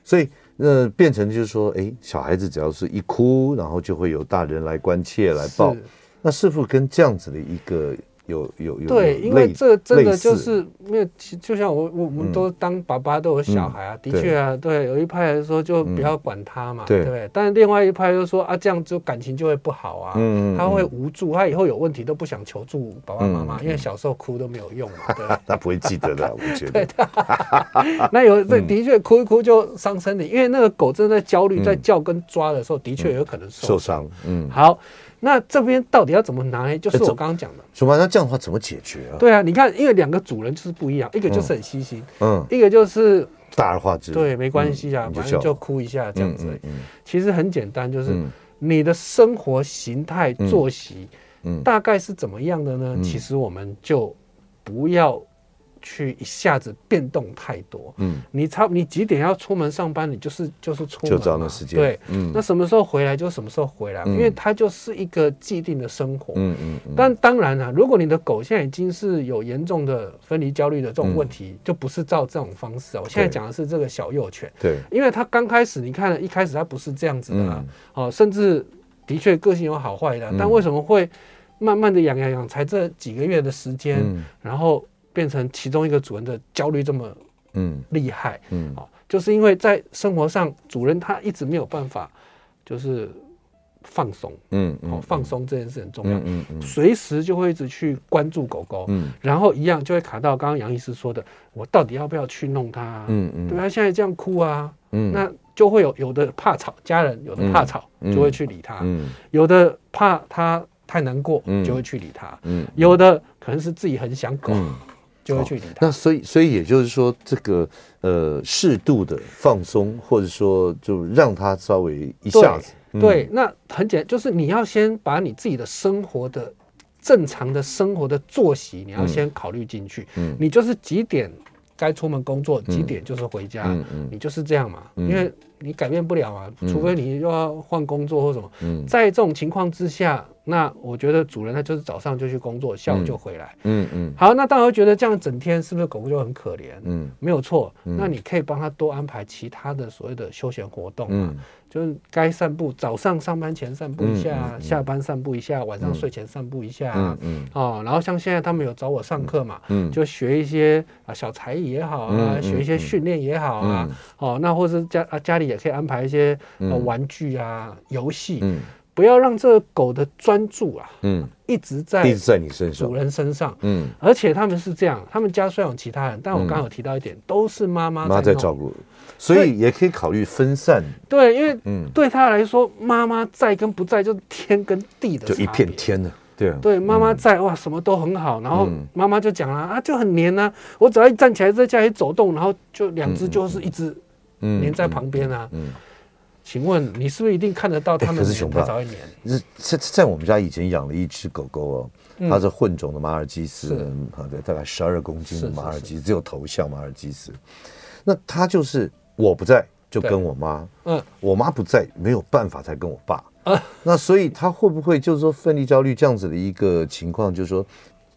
[SPEAKER 1] 所以呃，变成就是说，哎，小孩子只要是一哭，然后就会有大人来关切来抱
[SPEAKER 2] 是。
[SPEAKER 1] 那是否跟这样子的一个有有有有
[SPEAKER 2] 对，因为
[SPEAKER 1] 类
[SPEAKER 2] 这真的
[SPEAKER 1] 类似嗯
[SPEAKER 2] 就是没有，其就像我我我们都当爸爸都有小孩啊，的确啊，对，有一派人说就不要管他嘛，
[SPEAKER 1] 嗯对
[SPEAKER 2] 对不对，但另外一派就说啊，这样就感情就会不好啊，
[SPEAKER 1] 嗯嗯
[SPEAKER 2] 他会
[SPEAKER 1] 嗯
[SPEAKER 2] 无助，他以后有问题都不想求助爸爸妈妈，
[SPEAKER 1] 嗯
[SPEAKER 2] 因为小时候哭都没有用 嘛，对不对。
[SPEAKER 1] 他不会记得 的，我觉得。
[SPEAKER 2] 那有
[SPEAKER 1] 嗯
[SPEAKER 2] 对，的确哭一哭就伤身体，因为那个狗正在焦虑，在叫跟抓的时候，的确有可能
[SPEAKER 1] 嗯受
[SPEAKER 2] 受伤。
[SPEAKER 1] 伤，嗯，
[SPEAKER 2] 好，那这边到底要怎么拿捏？
[SPEAKER 1] 哎
[SPEAKER 2] 就是我刚刚讲的，
[SPEAKER 1] 熊妈，那这样的话怎么解决啊？，
[SPEAKER 2] 对啊，你看，因为两个主人就是不一样，一个就是很细心，
[SPEAKER 1] 嗯，
[SPEAKER 2] 一个就是
[SPEAKER 1] 大而化之，
[SPEAKER 2] 对，没关系啊
[SPEAKER 1] 嗯，你就
[SPEAKER 2] 反
[SPEAKER 1] 笑
[SPEAKER 2] 正就哭一下这样子而已。
[SPEAKER 1] 嗯
[SPEAKER 2] 其实很简单，就是
[SPEAKER 1] 嗯
[SPEAKER 2] 你的生活形态、
[SPEAKER 1] 嗯
[SPEAKER 2] 作息
[SPEAKER 1] 嗯
[SPEAKER 2] 大概是怎么样的呢？
[SPEAKER 1] 嗯
[SPEAKER 2] 其实我们就不要去一下子变动太多。
[SPEAKER 1] 嗯，
[SPEAKER 2] 你差你几点要出门上班，你就是就是出门
[SPEAKER 1] 就
[SPEAKER 2] 嘛，
[SPEAKER 1] 照那时间
[SPEAKER 2] 对，
[SPEAKER 1] 嗯
[SPEAKER 2] 那什么时候回来就什么时候回来，
[SPEAKER 1] 嗯
[SPEAKER 2] 因为它就是一个既定的生活。
[SPEAKER 1] 嗯嗯嗯，
[SPEAKER 2] 但当然了、如果你的狗现在已经是有严重的分离焦虑的这种问题，就不是照这种方式啊。我现在
[SPEAKER 1] 对
[SPEAKER 2] 讲的是这个小幼犬，
[SPEAKER 1] 对，
[SPEAKER 2] 因为它刚开始，你看一开始它不是这样子的啊
[SPEAKER 1] 嗯，
[SPEAKER 2] 哦、甚至的确个性有好坏的啊、
[SPEAKER 1] 嗯
[SPEAKER 2] 但为什么会慢慢的养养养，才这几个月的时间，
[SPEAKER 1] 嗯
[SPEAKER 2] 然后变成其中一个主人的焦虑这么
[SPEAKER 1] 嗯
[SPEAKER 2] 厉害？
[SPEAKER 1] 嗯
[SPEAKER 2] 哦，就是因为在生活上，主人他一直没有办法，就是放松，
[SPEAKER 1] 嗯
[SPEAKER 2] 哦，
[SPEAKER 1] 嗯，
[SPEAKER 2] 放松这件事很重要。
[SPEAKER 1] 嗯嗯嗯
[SPEAKER 2] 随时就会一直去关注狗狗，
[SPEAKER 1] 嗯
[SPEAKER 2] 然后一样就会卡到刚刚杨医师说的，我到底要不要去弄它、啊？
[SPEAKER 1] 嗯嗯
[SPEAKER 2] 对它现在这样哭啊，
[SPEAKER 1] 嗯，
[SPEAKER 2] 那就会有有的怕吵，家人有的怕吵、
[SPEAKER 1] 嗯嗯
[SPEAKER 2] 就会去理它，
[SPEAKER 1] 嗯
[SPEAKER 2] 有的怕它太难过、
[SPEAKER 1] 嗯
[SPEAKER 2] 就会去理它，
[SPEAKER 1] 嗯
[SPEAKER 2] 有的可能是自己很想狗、
[SPEAKER 1] 嗯，
[SPEAKER 2] 就会去理它。
[SPEAKER 1] 那嗯所以所以也就是说，这个呃适度的放松，或者说就让它稍微一下子，
[SPEAKER 2] 对，那很简单，就是你要先把你自己的生活的正常的生活的作息，你要先考虑进去。
[SPEAKER 1] 嗯
[SPEAKER 2] 你就是几点该出门工作，几点就是回家，
[SPEAKER 1] 嗯嗯
[SPEAKER 2] 你就是这样嘛，
[SPEAKER 1] 嗯
[SPEAKER 2] 因为你改变不了啊，
[SPEAKER 1] 嗯
[SPEAKER 2] 除非你又要换工作或什么。
[SPEAKER 1] 嗯
[SPEAKER 2] 在这种情况之下，那我觉得主人他就是早上就去工作，下午就回来。
[SPEAKER 1] 嗯嗯
[SPEAKER 2] 好，那大家会觉得这样整天是不是狗狗就很可怜？
[SPEAKER 1] 嗯
[SPEAKER 2] 没有错，
[SPEAKER 1] 嗯
[SPEAKER 2] 那你可以帮他多安排其他的所谓的休闲活动嘛，
[SPEAKER 1] 嗯
[SPEAKER 2] 就是该散步，早上上班前散步一下啊，
[SPEAKER 1] 嗯嗯嗯
[SPEAKER 2] 下班散步一下，晚上睡前散步一下啊、
[SPEAKER 1] 嗯嗯
[SPEAKER 2] 哦，然后像现在他们有找我上课嘛，
[SPEAKER 1] 嗯，
[SPEAKER 2] 就学一些啊小才艺也好啊，
[SPEAKER 1] 嗯嗯
[SPEAKER 2] 学一些训练也好啊，
[SPEAKER 1] 嗯
[SPEAKER 2] 哦，那或是家啊家里也可以安排一些、呃、
[SPEAKER 1] 嗯
[SPEAKER 2] 玩具啊、游戏，
[SPEAKER 1] 嗯
[SPEAKER 2] 不要让这个狗的专注啊
[SPEAKER 1] 嗯
[SPEAKER 2] 一直
[SPEAKER 1] 一
[SPEAKER 2] 在
[SPEAKER 1] 直在你身上
[SPEAKER 2] 主，人身上。
[SPEAKER 1] 嗯，
[SPEAKER 2] 而且他们是这样，他们家虽然有其他人，但我刚刚有提到一点，都是妈妈
[SPEAKER 1] 妈在
[SPEAKER 2] 弄
[SPEAKER 1] 照顾，所以也可以考虑分散，
[SPEAKER 2] 对，因为
[SPEAKER 1] 嗯，
[SPEAKER 2] 对他来说，妈妈在跟不在就是天跟地的
[SPEAKER 1] 就一
[SPEAKER 2] 差
[SPEAKER 1] 片
[SPEAKER 2] 别。
[SPEAKER 1] 天呢，对啊，
[SPEAKER 2] 对，妈妈在、哇，什么都很好。然后
[SPEAKER 1] 嗯
[SPEAKER 2] 妈妈就讲了、啊，就很黏啊，我只要一站起来在家里走动，然后就两只
[SPEAKER 1] 嗯嗯
[SPEAKER 2] 就是一直
[SPEAKER 1] 嗯
[SPEAKER 2] 黏在旁边啊。
[SPEAKER 1] 嗯，
[SPEAKER 2] 请问你是不是一定看得到他
[SPEAKER 1] 哎可
[SPEAKER 2] 们
[SPEAKER 1] 是
[SPEAKER 2] 黏？
[SPEAKER 1] 熊
[SPEAKER 2] 它
[SPEAKER 1] 爸
[SPEAKER 2] 才会黏。
[SPEAKER 1] 是在在我们家以前养了一只狗狗哦，它是混种的马尔济斯
[SPEAKER 2] 嗯是，
[SPEAKER 1] 好的，大概十二公斤的
[SPEAKER 2] 是是
[SPEAKER 1] 马尔济斯，只有头像马尔济斯。那它就是我不在就
[SPEAKER 2] 对
[SPEAKER 1] 跟我妈，
[SPEAKER 2] 嗯，
[SPEAKER 1] 我妈不在没有办法才跟我爸。
[SPEAKER 2] 啊
[SPEAKER 1] 那所以它会不会就是说分离焦虑这样子的一个情况，就是说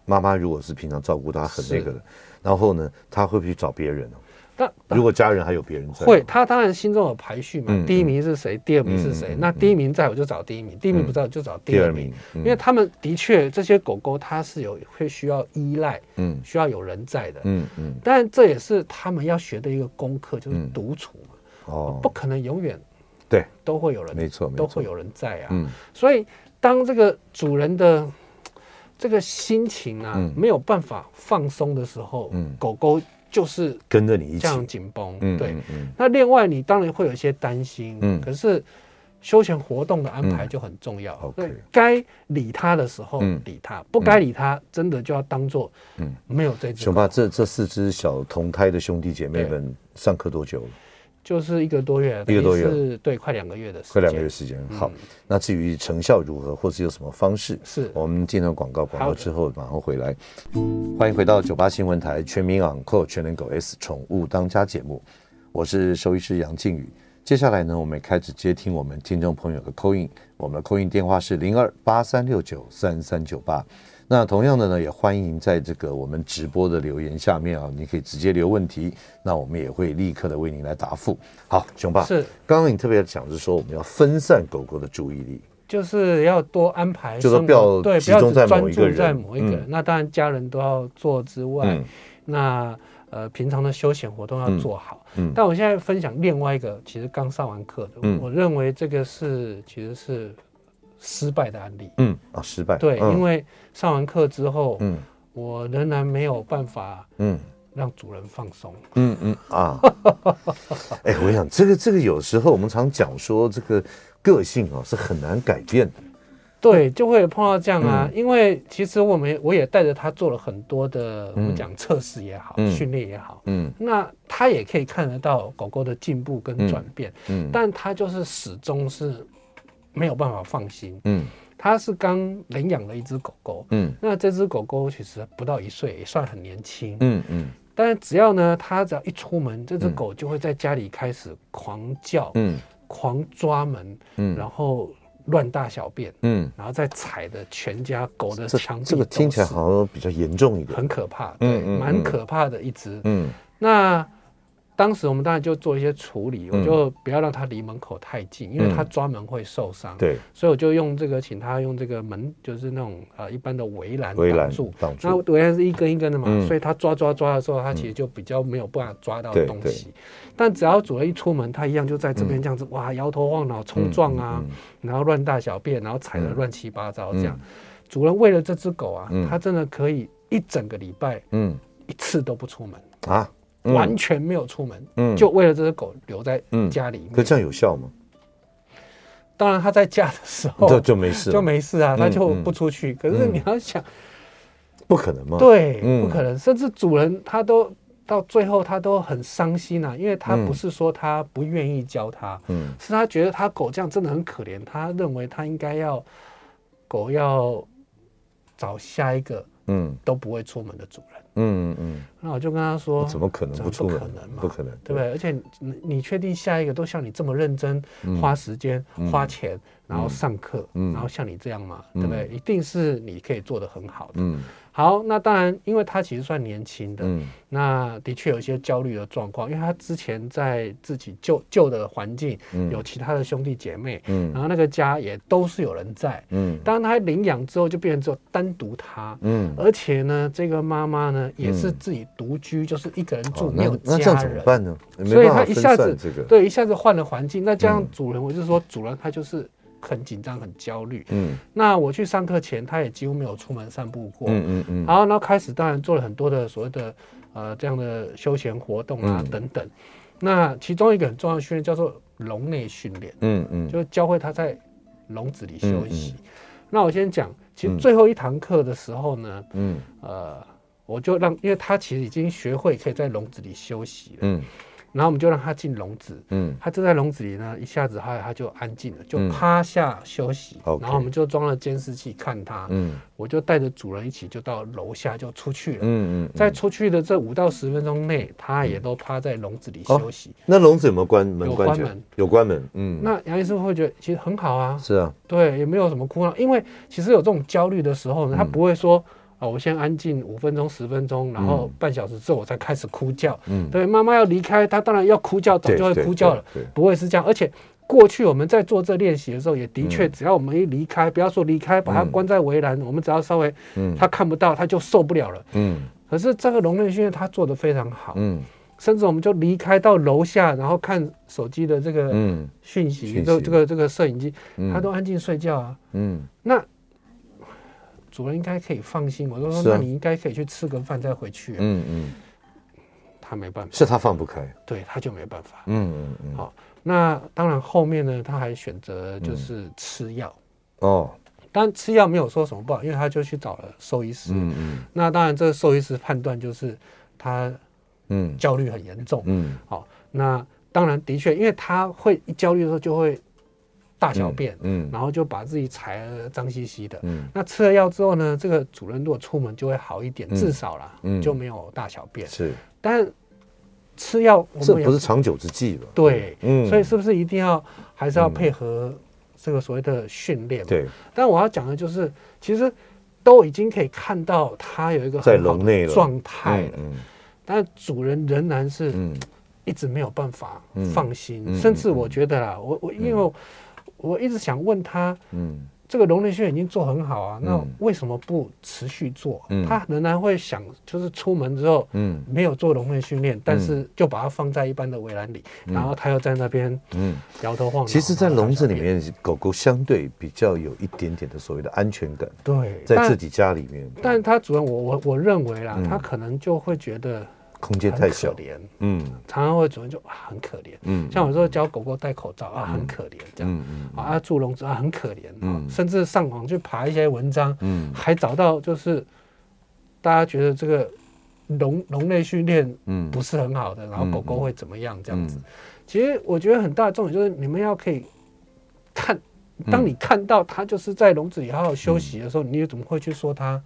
[SPEAKER 1] 妈妈如果是平常照顾它很那个的，然后呢，它会不会去找别人呢？
[SPEAKER 2] 但
[SPEAKER 1] 如果家人还有别人在，哦
[SPEAKER 2] 会，他当然心中有排序嘛。
[SPEAKER 1] 嗯
[SPEAKER 2] 第一名是谁？第二名是谁？
[SPEAKER 1] 嗯嗯嗯
[SPEAKER 2] 那第一名在我就找第一名，第一名不在我就找第
[SPEAKER 1] 第
[SPEAKER 2] 二
[SPEAKER 1] 二
[SPEAKER 2] 名。
[SPEAKER 1] 名，嗯
[SPEAKER 2] 因为他们的确这些狗狗它是有会需要依赖，
[SPEAKER 1] 嗯
[SPEAKER 2] 需要有人在的。
[SPEAKER 1] 嗯嗯
[SPEAKER 2] 但这也是他们要学的一个功课，就是
[SPEAKER 1] 嗯
[SPEAKER 2] 独处嘛，
[SPEAKER 1] 哦
[SPEAKER 2] 不，可能永远
[SPEAKER 1] 对，
[SPEAKER 2] 都会有人，
[SPEAKER 1] 没错没
[SPEAKER 2] 都
[SPEAKER 1] 错
[SPEAKER 2] 会，有人在啊。
[SPEAKER 1] 嗯
[SPEAKER 2] 所以当这个主人的这个心情啊、
[SPEAKER 1] 嗯
[SPEAKER 2] 没有办法放松的时候，
[SPEAKER 1] 嗯
[SPEAKER 2] 狗狗就是
[SPEAKER 1] 跟着你一起，
[SPEAKER 2] 这样紧绷。
[SPEAKER 1] 嗯
[SPEAKER 2] 对，
[SPEAKER 1] 嗯嗯
[SPEAKER 2] 那另外你当然会有一些担心，
[SPEAKER 1] 嗯
[SPEAKER 2] 可是休闲活动的安排
[SPEAKER 1] 嗯
[SPEAKER 2] 就很重要。
[SPEAKER 1] OK
[SPEAKER 2] 对，该理它的时候
[SPEAKER 1] 嗯
[SPEAKER 2] 理它，不该理它，真的就要当做
[SPEAKER 1] 嗯
[SPEAKER 2] 没有这只
[SPEAKER 1] 熊
[SPEAKER 2] 狗，
[SPEAKER 1] 爸，这这四只小同胎的兄弟姐妹们上课多久了？
[SPEAKER 2] 就是一个多月，
[SPEAKER 1] 一个多月
[SPEAKER 2] 等于是对，快两个月的时间，
[SPEAKER 1] 快两个月时间。好，那至于成效如何，或是有什么方式，
[SPEAKER 2] 是
[SPEAKER 1] 我们进段广告，广
[SPEAKER 2] 好
[SPEAKER 1] 告
[SPEAKER 2] 的
[SPEAKER 1] 之后马上回来。欢迎回到九八新闻台《全民养狗全能狗 S 宠物当家》节目，我是兽医师杨靖宇。接下来呢，我们开始接听我们听众朋友的 call in，我们的 call in 电话是零二八三六九三三九八。那同样的呢，也欢迎在这个我们直播的留言下面啊，你可以直接留问题，那我们也会立刻的为您来答复。好，熊爸，
[SPEAKER 2] 是
[SPEAKER 1] 刚刚你特别讲是说我们要分散狗狗的注意力，
[SPEAKER 2] 就是要多安排
[SPEAKER 1] 就是
[SPEAKER 2] 生活，
[SPEAKER 1] 不要
[SPEAKER 2] 对，
[SPEAKER 1] 集
[SPEAKER 2] 不要
[SPEAKER 1] 中
[SPEAKER 2] 只
[SPEAKER 1] 在
[SPEAKER 2] 专
[SPEAKER 1] 某一
[SPEAKER 2] 注
[SPEAKER 1] 个人
[SPEAKER 2] 在某一个人。
[SPEAKER 1] 嗯
[SPEAKER 2] 那当然家人都要做之外，
[SPEAKER 1] 嗯
[SPEAKER 2] 那呃平常的休闲活动要做好。
[SPEAKER 1] 嗯嗯
[SPEAKER 2] 但我现在分享另外一个，其实刚上完课的，
[SPEAKER 1] 嗯
[SPEAKER 2] 我认为这个是其实是失败的案例。
[SPEAKER 1] 嗯啊，失败，
[SPEAKER 2] 对，
[SPEAKER 1] 嗯
[SPEAKER 2] 因为上完课之后，
[SPEAKER 1] 嗯
[SPEAKER 2] 我仍然没有办法
[SPEAKER 1] 嗯
[SPEAKER 2] 让主人放松。
[SPEAKER 1] 嗯嗯啊，哎，我想这个这个有时候我们常讲说这个个性啊是很难改变的，
[SPEAKER 2] 对，就会碰到这样啊，
[SPEAKER 1] 嗯
[SPEAKER 2] 因为其实我们我也带着他做了很多的，我们讲测试也好，
[SPEAKER 1] 嗯
[SPEAKER 2] 训练也好，
[SPEAKER 1] 嗯
[SPEAKER 2] 那他也可以看得到狗狗的进步跟转变，
[SPEAKER 1] 嗯
[SPEAKER 2] 但他就是始终是没有办法放心，
[SPEAKER 1] 嗯
[SPEAKER 2] 他是刚领养了一只狗狗，
[SPEAKER 1] 嗯
[SPEAKER 2] 那这只狗狗其实不到一岁，也算很年轻。
[SPEAKER 1] 嗯嗯
[SPEAKER 2] 但是只要呢，它只要一出门，这只
[SPEAKER 1] 嗯
[SPEAKER 2] 狗就会在家里开始狂叫、
[SPEAKER 1] 嗯
[SPEAKER 2] 狂抓门，
[SPEAKER 1] 嗯，
[SPEAKER 2] 然后乱大小便，
[SPEAKER 1] 嗯，
[SPEAKER 2] 然后再踩的全家狗的
[SPEAKER 1] 这
[SPEAKER 2] 墙壁
[SPEAKER 1] 这个
[SPEAKER 2] 都
[SPEAKER 1] 听起来
[SPEAKER 2] 是
[SPEAKER 1] 好像比较严重一点。
[SPEAKER 2] 很可怕，
[SPEAKER 1] 嗯
[SPEAKER 2] 对，
[SPEAKER 1] 嗯
[SPEAKER 2] 蛮
[SPEAKER 1] 嗯
[SPEAKER 2] 可怕的一只。
[SPEAKER 1] 嗯
[SPEAKER 2] 那当时我们当然就做一些处理，
[SPEAKER 1] 嗯
[SPEAKER 2] 我就不要让它离门口太近，因为它抓门会受伤。，
[SPEAKER 1] 对，
[SPEAKER 2] 所以我就用这个，请它用这个门，就是那种呃一般的围栏
[SPEAKER 1] 围栏
[SPEAKER 2] 挡住。
[SPEAKER 1] 挡
[SPEAKER 2] 那
[SPEAKER 1] 住，
[SPEAKER 2] 围栏是一根一根的嘛，
[SPEAKER 1] 嗯
[SPEAKER 2] 所以它抓抓抓的时候，它其实就比较没有办法抓到
[SPEAKER 1] 对嗯
[SPEAKER 2] 东西。但只要主人一出门，它一样就在这边这样子，哇，摇头晃脑、冲撞啊，
[SPEAKER 1] 嗯嗯
[SPEAKER 2] 然后乱大小便，然后踩得
[SPEAKER 1] 嗯
[SPEAKER 2] 乱七八糟
[SPEAKER 1] 嗯
[SPEAKER 2] 这样。主人为了这只狗啊
[SPEAKER 1] 嗯，
[SPEAKER 2] 它真的可以一整个礼拜
[SPEAKER 1] 嗯
[SPEAKER 2] 一次都不出门。
[SPEAKER 1] 啊，嗯
[SPEAKER 2] 完全没有出门，
[SPEAKER 1] 嗯
[SPEAKER 2] 就为了这只狗留在
[SPEAKER 1] 嗯
[SPEAKER 2] 家里面。
[SPEAKER 1] 可这样有效吗？
[SPEAKER 2] 当然，它在家的时
[SPEAKER 1] 这
[SPEAKER 2] 候
[SPEAKER 1] 就没事了，
[SPEAKER 2] 就没事
[SPEAKER 1] 嗯
[SPEAKER 2] 啊，它就不出去。可是你要想，
[SPEAKER 1] 不可能吗？，
[SPEAKER 2] 对，
[SPEAKER 1] 嗯
[SPEAKER 2] 不可能，甚至主人他都到最后他都很伤心啊，因为他
[SPEAKER 1] 嗯
[SPEAKER 2] 不是说他不愿意教它，
[SPEAKER 1] 嗯
[SPEAKER 2] 是他觉得他狗这样真的很可怜，他认为他应该要狗要找下一个
[SPEAKER 1] 嗯
[SPEAKER 2] 都不会出门的主人。
[SPEAKER 1] 嗯嗯
[SPEAKER 2] 那我就跟他说
[SPEAKER 1] 嗯，，怎么可能
[SPEAKER 2] 怎
[SPEAKER 1] 不
[SPEAKER 2] 么
[SPEAKER 1] 出
[SPEAKER 2] 不可
[SPEAKER 1] 门
[SPEAKER 2] 能？嘛
[SPEAKER 1] 不可能，
[SPEAKER 2] 对不对？而且你你确定下一个都像你这么认真，花时间、花钱，然后上课，
[SPEAKER 1] 嗯
[SPEAKER 2] 然后像你这样嘛，
[SPEAKER 1] 嗯
[SPEAKER 2] 对不对？一定是你可以做得很好的。
[SPEAKER 1] 嗯
[SPEAKER 2] 好，那当然，因为他其实算年轻的，
[SPEAKER 1] 嗯
[SPEAKER 2] 那的确有一些焦虑的状况，因为他之前在自己旧旧的环境
[SPEAKER 1] 嗯
[SPEAKER 2] 有其他的兄弟姐妹，然
[SPEAKER 1] 嗯
[SPEAKER 2] 后那个家也都是有人在。
[SPEAKER 1] 嗯
[SPEAKER 2] 当他领养之后，就变成只有单独他。
[SPEAKER 1] 嗯，
[SPEAKER 2] 而且呢，这个妈妈呢也是
[SPEAKER 1] 嗯
[SPEAKER 2] 自己独居，就是一个人
[SPEAKER 1] 好
[SPEAKER 2] 住，没
[SPEAKER 1] 那
[SPEAKER 2] 有
[SPEAKER 1] 那这样
[SPEAKER 2] 家
[SPEAKER 1] 怎么
[SPEAKER 2] 人。
[SPEAKER 1] 办呢？没
[SPEAKER 2] 所以
[SPEAKER 1] 办法
[SPEAKER 2] 他一
[SPEAKER 1] 分
[SPEAKER 2] 下
[SPEAKER 1] 散
[SPEAKER 2] 子
[SPEAKER 1] 这个，
[SPEAKER 2] 对，一下子换了环境，那加
[SPEAKER 1] 嗯
[SPEAKER 2] 上主人，我就说主人他就是很紧张、很焦虑。
[SPEAKER 1] 嗯
[SPEAKER 2] 那我去上课前，他也几乎没有出门散步过。
[SPEAKER 1] 嗯嗯嗯，
[SPEAKER 2] 然后，然后开始当然做了很多的所谓的呃这样的休闲活动啊、
[SPEAKER 1] 嗯
[SPEAKER 2] 等等。那其中一个很重要的训练叫做笼内训练，
[SPEAKER 1] 嗯嗯，
[SPEAKER 2] 就是教会他在笼子里休息。
[SPEAKER 1] 嗯
[SPEAKER 2] 那我先讲，其实
[SPEAKER 1] 嗯
[SPEAKER 2] 最后一堂课的时候呢，
[SPEAKER 1] 嗯
[SPEAKER 2] 呃，我就让，因为他其实已经学会可以在笼子里休息了，
[SPEAKER 1] 嗯
[SPEAKER 2] 然后我们就让他进笼子，
[SPEAKER 1] 嗯
[SPEAKER 2] 他正在笼子里呢，一下子他他就安静了，
[SPEAKER 1] 嗯
[SPEAKER 2] 就趴下休息。
[SPEAKER 1] OK
[SPEAKER 2] 然后我们就装了监视器看他，
[SPEAKER 1] 嗯
[SPEAKER 2] 我就带着主人一起就到楼下就出去了。
[SPEAKER 1] 嗯嗯，
[SPEAKER 2] 在出去的这五到十分钟内，他也都趴在笼子里
[SPEAKER 1] 嗯哦
[SPEAKER 2] 休息。
[SPEAKER 1] 那笼子有没有关门
[SPEAKER 2] 有
[SPEAKER 1] 关
[SPEAKER 2] 关
[SPEAKER 1] 起来
[SPEAKER 2] 门？
[SPEAKER 1] 有关门，嗯，
[SPEAKER 2] 那杨医师会觉得其实很好啊，
[SPEAKER 1] 是啊，
[SPEAKER 2] 对，也没有什么哭闹，因为其实有这种焦虑的时
[SPEAKER 1] 嗯
[SPEAKER 2] 候呢，他不会说啊、我先安静五分钟、十分钟，然后半小时之后我才开始哭叫。
[SPEAKER 1] 嗯，
[SPEAKER 2] 对，妈妈要离开，他当然要哭叫，早就会
[SPEAKER 1] 对
[SPEAKER 2] 哭叫了。，
[SPEAKER 1] 对对
[SPEAKER 2] 不会是这样。而且过去我们在做这练习的时候，也的确，只要我们一离开，不要说离开，把它
[SPEAKER 1] 嗯
[SPEAKER 2] 关在围栏，我们只要稍微
[SPEAKER 1] 嗯
[SPEAKER 2] 它看不到，它就受不了了。
[SPEAKER 1] 嗯
[SPEAKER 2] 可是这个容忍训练它做得非常好，
[SPEAKER 1] 嗯
[SPEAKER 2] 甚至我们就离开到楼下，然后看手机的这个
[SPEAKER 1] 嗯
[SPEAKER 2] 讯
[SPEAKER 1] 讯息
[SPEAKER 2] 息，这这个这个摄影机，
[SPEAKER 1] 嗯
[SPEAKER 2] 它都安静睡觉啊。
[SPEAKER 1] 嗯
[SPEAKER 2] 那主人应该可以放心，我都说
[SPEAKER 1] 是啊
[SPEAKER 2] 那你应该可以去吃个饭再回去啊。
[SPEAKER 1] 嗯嗯，
[SPEAKER 2] 他没办法，
[SPEAKER 1] 是他放不开，
[SPEAKER 2] 对，他就没办法。
[SPEAKER 1] 嗯嗯嗯，
[SPEAKER 2] 好，那当然后面呢，他还选择就是吃药。
[SPEAKER 1] 哦，
[SPEAKER 2] 当然吃药没有说什么不好，因为他就去找了兽医师。
[SPEAKER 1] 嗯嗯
[SPEAKER 2] 那当然，这个兽医师判断就是他
[SPEAKER 1] 嗯
[SPEAKER 2] 焦虑很严重。
[SPEAKER 1] 嗯
[SPEAKER 2] 好、那当然的确，因为他会一焦虑的时候就会大小便，
[SPEAKER 1] 嗯
[SPEAKER 2] 然后就把自己踩得脏兮兮的。
[SPEAKER 1] 嗯
[SPEAKER 2] 那吃了药之后呢，这个主人如果出门就会好一点，
[SPEAKER 1] 嗯
[SPEAKER 2] 至少啦、
[SPEAKER 1] 嗯
[SPEAKER 2] 就没有大小便。
[SPEAKER 1] 是，
[SPEAKER 2] 但吃药我
[SPEAKER 1] 这
[SPEAKER 2] 们也
[SPEAKER 1] 不是长久之计吧？
[SPEAKER 2] 对，
[SPEAKER 1] 嗯
[SPEAKER 2] 所以是不是一定要还是要配合这个所谓的训练嘛？
[SPEAKER 1] 对，
[SPEAKER 2] 但我要讲的就是，其实都已经可以看到它有一个
[SPEAKER 1] 在
[SPEAKER 2] 很好的
[SPEAKER 1] 笼内了
[SPEAKER 2] 状态了，
[SPEAKER 1] 嗯
[SPEAKER 2] 但主人仍然是
[SPEAKER 1] 嗯
[SPEAKER 2] 一直没有办法
[SPEAKER 1] 嗯
[SPEAKER 2] 放心，
[SPEAKER 1] 嗯
[SPEAKER 2] 甚至我觉得啦，我我因为我,、我一直想问他，
[SPEAKER 1] 嗯
[SPEAKER 2] 这个笼内训练已经做很好啊，那
[SPEAKER 1] 嗯
[SPEAKER 2] 为什么不持续做？啊
[SPEAKER 1] 嗯
[SPEAKER 2] 他仍然会想，就是出门之后。
[SPEAKER 1] 嗯
[SPEAKER 2] 没有做笼内训练，但是就把它放在一般的围栏里，然后他又在那边
[SPEAKER 1] 嗯，
[SPEAKER 2] 摇头晃脑。
[SPEAKER 1] 其实，在
[SPEAKER 2] 然后
[SPEAKER 1] 笼子里
[SPEAKER 2] 大
[SPEAKER 1] 面，狗狗相对比较有一点点的所谓的安全感，
[SPEAKER 2] 小便，对，
[SPEAKER 1] 在
[SPEAKER 2] 但
[SPEAKER 1] 自己家里面，
[SPEAKER 2] 但他主任，我我我认为啦，
[SPEAKER 1] 嗯
[SPEAKER 2] 他可能就会觉得
[SPEAKER 1] 空
[SPEAKER 2] 很
[SPEAKER 1] 间太
[SPEAKER 2] 可
[SPEAKER 1] 小，
[SPEAKER 2] 怜，
[SPEAKER 1] 嗯
[SPEAKER 2] 常常会主任就啊很可怜，
[SPEAKER 1] 嗯，
[SPEAKER 2] 像我说教狗狗戴口罩啊很可怜这样，
[SPEAKER 1] 嗯嗯
[SPEAKER 2] 啊啊住笼子啊很可怜，啊
[SPEAKER 1] 嗯
[SPEAKER 2] 甚至上网去爬一些文章，
[SPEAKER 1] 嗯
[SPEAKER 2] 还找到就是大家觉得这个笼笼内训练
[SPEAKER 1] 嗯
[SPEAKER 2] 不是很好的，然后
[SPEAKER 1] 嗯
[SPEAKER 2] 狗狗会怎么样这样子
[SPEAKER 1] 嗯。
[SPEAKER 2] 其实我觉得很大的重点就是你们要可以看当
[SPEAKER 1] 嗯
[SPEAKER 2] 你看到它就是在笼子里好好休息的时候，你又怎么会去说它？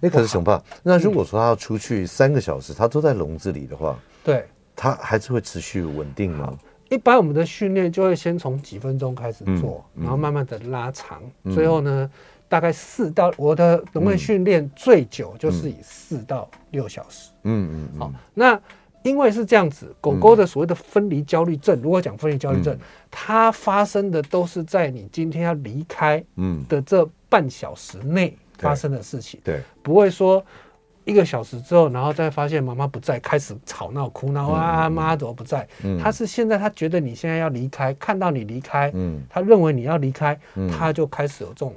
[SPEAKER 1] 哎，可是熊爸，那如果说它要出去三个小时，它都在笼子里的话，
[SPEAKER 2] 对，
[SPEAKER 1] 它还是会持续稳定吗？
[SPEAKER 2] 一般我们的训练就会先从几分钟开始做，
[SPEAKER 1] 嗯嗯嗯
[SPEAKER 2] 然后慢慢的拉长，最后呢，大概四到我的笼位训练最久就是以四到六小时。
[SPEAKER 1] 嗯嗯，
[SPEAKER 2] 好、那因为是这样子，狗狗的所谓的分离焦虑症，如果讲分离焦虑症，
[SPEAKER 1] 嗯
[SPEAKER 2] 它发生的都是在你今天要离开
[SPEAKER 1] 嗯，
[SPEAKER 2] 的这半小时内发生的事情，
[SPEAKER 1] 对，
[SPEAKER 2] 不会说。一个小时之后，然后再发现妈妈不在，开始吵闹、哭闹啊，妈怎么不在？
[SPEAKER 1] 嗯
[SPEAKER 2] 他是现在他觉得你现在要离开，看到你离开，
[SPEAKER 1] 嗯
[SPEAKER 2] 他认为你要离开
[SPEAKER 1] 嗯，
[SPEAKER 2] 他就开始有这种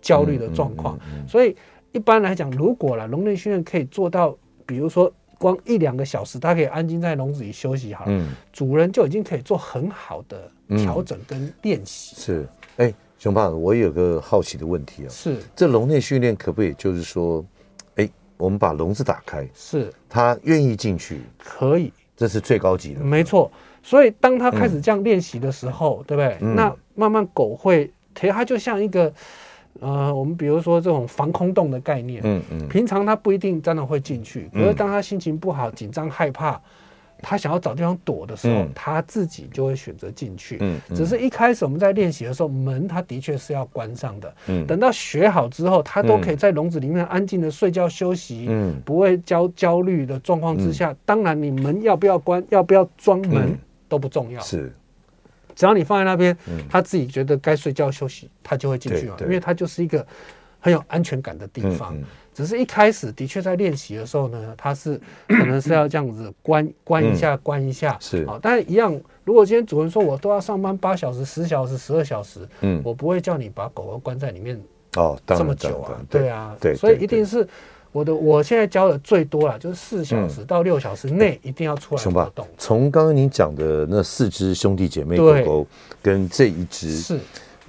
[SPEAKER 2] 焦虑的状况。所以一般来讲，如果啦，笼内训练可以做到，比如说光一两个小时，他可以安静在笼子里休息好了，
[SPEAKER 1] 嗯
[SPEAKER 2] 主人就已经可以做很好的调整跟练习。
[SPEAKER 1] 是。哎，熊爸，我有个好奇的问题啊，
[SPEAKER 2] 是
[SPEAKER 1] 这笼内训练可不可以就是说，哎，我们把笼子打开，
[SPEAKER 2] 是
[SPEAKER 1] 它愿意进去，
[SPEAKER 2] 可以，
[SPEAKER 1] 这是最高级的。
[SPEAKER 2] 没错。所以当他开始这样练习的时候，对不对？
[SPEAKER 1] 嗯
[SPEAKER 2] 那慢慢狗会，其实它就像一个。呃，我们比如说这种防空洞的概念，
[SPEAKER 1] 嗯嗯
[SPEAKER 2] 平常他不一定真的会进去，可
[SPEAKER 1] 嗯
[SPEAKER 2] 是当他心情不好、紧张、害怕，他想要找地方躲的时候，
[SPEAKER 1] 嗯
[SPEAKER 2] 他自己就会选择进去。
[SPEAKER 1] 嗯嗯
[SPEAKER 2] 只是一开始我们在练习的时候，门他的确是要关上的。
[SPEAKER 1] 嗯
[SPEAKER 2] 等到学好之后，他都可以在笼子里面安静的睡觉休息，
[SPEAKER 1] 嗯
[SPEAKER 2] 不会焦焦虑的状况之下，当然你门要不要关，要不要装门。
[SPEAKER 1] 嗯
[SPEAKER 2] 都不重要，
[SPEAKER 1] 是，
[SPEAKER 2] 只要你放在那边，
[SPEAKER 1] 嗯
[SPEAKER 2] 他自己觉得该睡觉休息，他就会进去嘛，
[SPEAKER 1] 对对
[SPEAKER 2] 因为他就是一个很有安全感的地
[SPEAKER 1] 嗯
[SPEAKER 2] 方。
[SPEAKER 1] 嗯
[SPEAKER 2] 只是一开始的确在练习的时候呢，他是 可能是要这样子关关一下，关一下
[SPEAKER 1] 嗯是
[SPEAKER 2] 好、但是一样，如果今天主人说我都要上班八小时、十小时、十二小时，
[SPEAKER 1] 嗯，
[SPEAKER 2] 我不会叫你把狗狗关在里面
[SPEAKER 1] 哦，当
[SPEAKER 2] 这
[SPEAKER 1] 然
[SPEAKER 2] 么久
[SPEAKER 1] 当
[SPEAKER 2] 啊
[SPEAKER 1] 然，
[SPEAKER 2] 对啊，
[SPEAKER 1] 对，
[SPEAKER 2] 所以
[SPEAKER 1] 对
[SPEAKER 2] 一定
[SPEAKER 1] 对
[SPEAKER 2] 是我的我现在教的最多了，就是四小时到六小时内一定要出来
[SPEAKER 1] 嗯熊
[SPEAKER 2] 活
[SPEAKER 1] 爸
[SPEAKER 2] 动，，
[SPEAKER 1] 从刚刚您讲的那四只兄弟姐妹狗
[SPEAKER 2] 对
[SPEAKER 1] 狗跟这一只，
[SPEAKER 2] 是嗯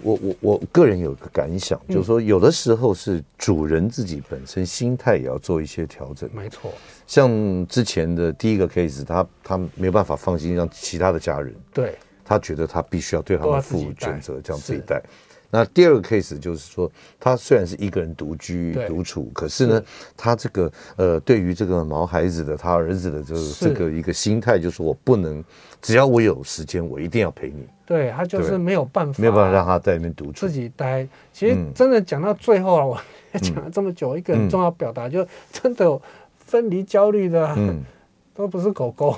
[SPEAKER 1] 我我我个人有个感想，就是说有的时候是主人自己本身心态也要做一些调整。
[SPEAKER 2] 没错，
[SPEAKER 1] 像之前的第一个 case，他他没有办法放心让其他的家人，
[SPEAKER 2] 对，
[SPEAKER 1] 他觉得他必须要对他
[SPEAKER 2] 都
[SPEAKER 1] 们
[SPEAKER 2] 要自己
[SPEAKER 1] 负
[SPEAKER 2] 带
[SPEAKER 1] 全责，这样自己
[SPEAKER 2] 是
[SPEAKER 1] 带。那第二个 case 就是说，他虽然是一个人独居
[SPEAKER 2] 对
[SPEAKER 1] 独处，可是呢，他这个呃，对于这个毛孩子的他儿子的这个
[SPEAKER 2] 是
[SPEAKER 1] 这个一个心态，就是我不能，只要我有时间，我一定要陪你，
[SPEAKER 2] 对他就是
[SPEAKER 1] 对
[SPEAKER 2] 没有办法，
[SPEAKER 1] 没有办法让他在那边独处
[SPEAKER 2] 自。己待。其实
[SPEAKER 1] 嗯
[SPEAKER 2] 真的讲到最后啊，我讲了这么久，一个很重要表达就真的有分离焦虑的啊、
[SPEAKER 1] 嗯
[SPEAKER 2] 都不是狗狗，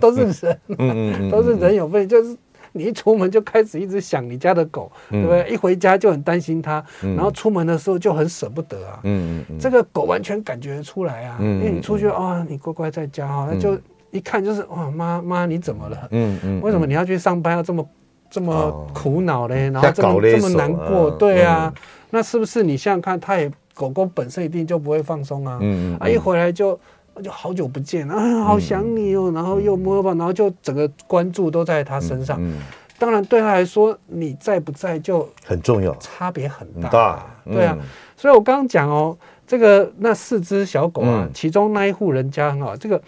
[SPEAKER 2] 都是人，啊
[SPEAKER 1] 嗯嗯
[SPEAKER 2] 都是人有分，就是。你一出门就开始一直想你家的狗，对不对？
[SPEAKER 1] 嗯
[SPEAKER 2] 一回家就很担心它，然后出门的时候就很舍不得啊。
[SPEAKER 1] 嗯嗯嗯，
[SPEAKER 2] 这个狗完全感觉得出来啊，
[SPEAKER 1] 嗯
[SPEAKER 2] 因为你出去啊、哦，你乖乖在家哈、那就一看就是哇，妈妈你怎么了？
[SPEAKER 1] 嗯嗯，
[SPEAKER 2] 为什么你要去上班要这么这么
[SPEAKER 1] 哦
[SPEAKER 2] 苦恼嘞？然后这么
[SPEAKER 1] 搞勒
[SPEAKER 2] 这
[SPEAKER 1] 索
[SPEAKER 2] 么难过，
[SPEAKER 1] 嗯
[SPEAKER 2] 对啊，那是不是你想想看，它也狗狗本身一定就不会放松啊，
[SPEAKER 1] 嗯嗯嗯
[SPEAKER 2] 啊一回来就就好久不见啊，好想你哦，然后又摸吧，然后就整个关注都在它身上。
[SPEAKER 1] 嗯
[SPEAKER 2] 当然对它来说，你在不在就
[SPEAKER 1] 很重要，
[SPEAKER 2] 差别很
[SPEAKER 1] 很
[SPEAKER 2] 大，
[SPEAKER 1] 大，
[SPEAKER 2] 对啊
[SPEAKER 1] 嗯，，
[SPEAKER 2] 所以我刚刚讲哦，这个那四只小狗啊，
[SPEAKER 1] 嗯
[SPEAKER 2] 其中那一户人家很好，这个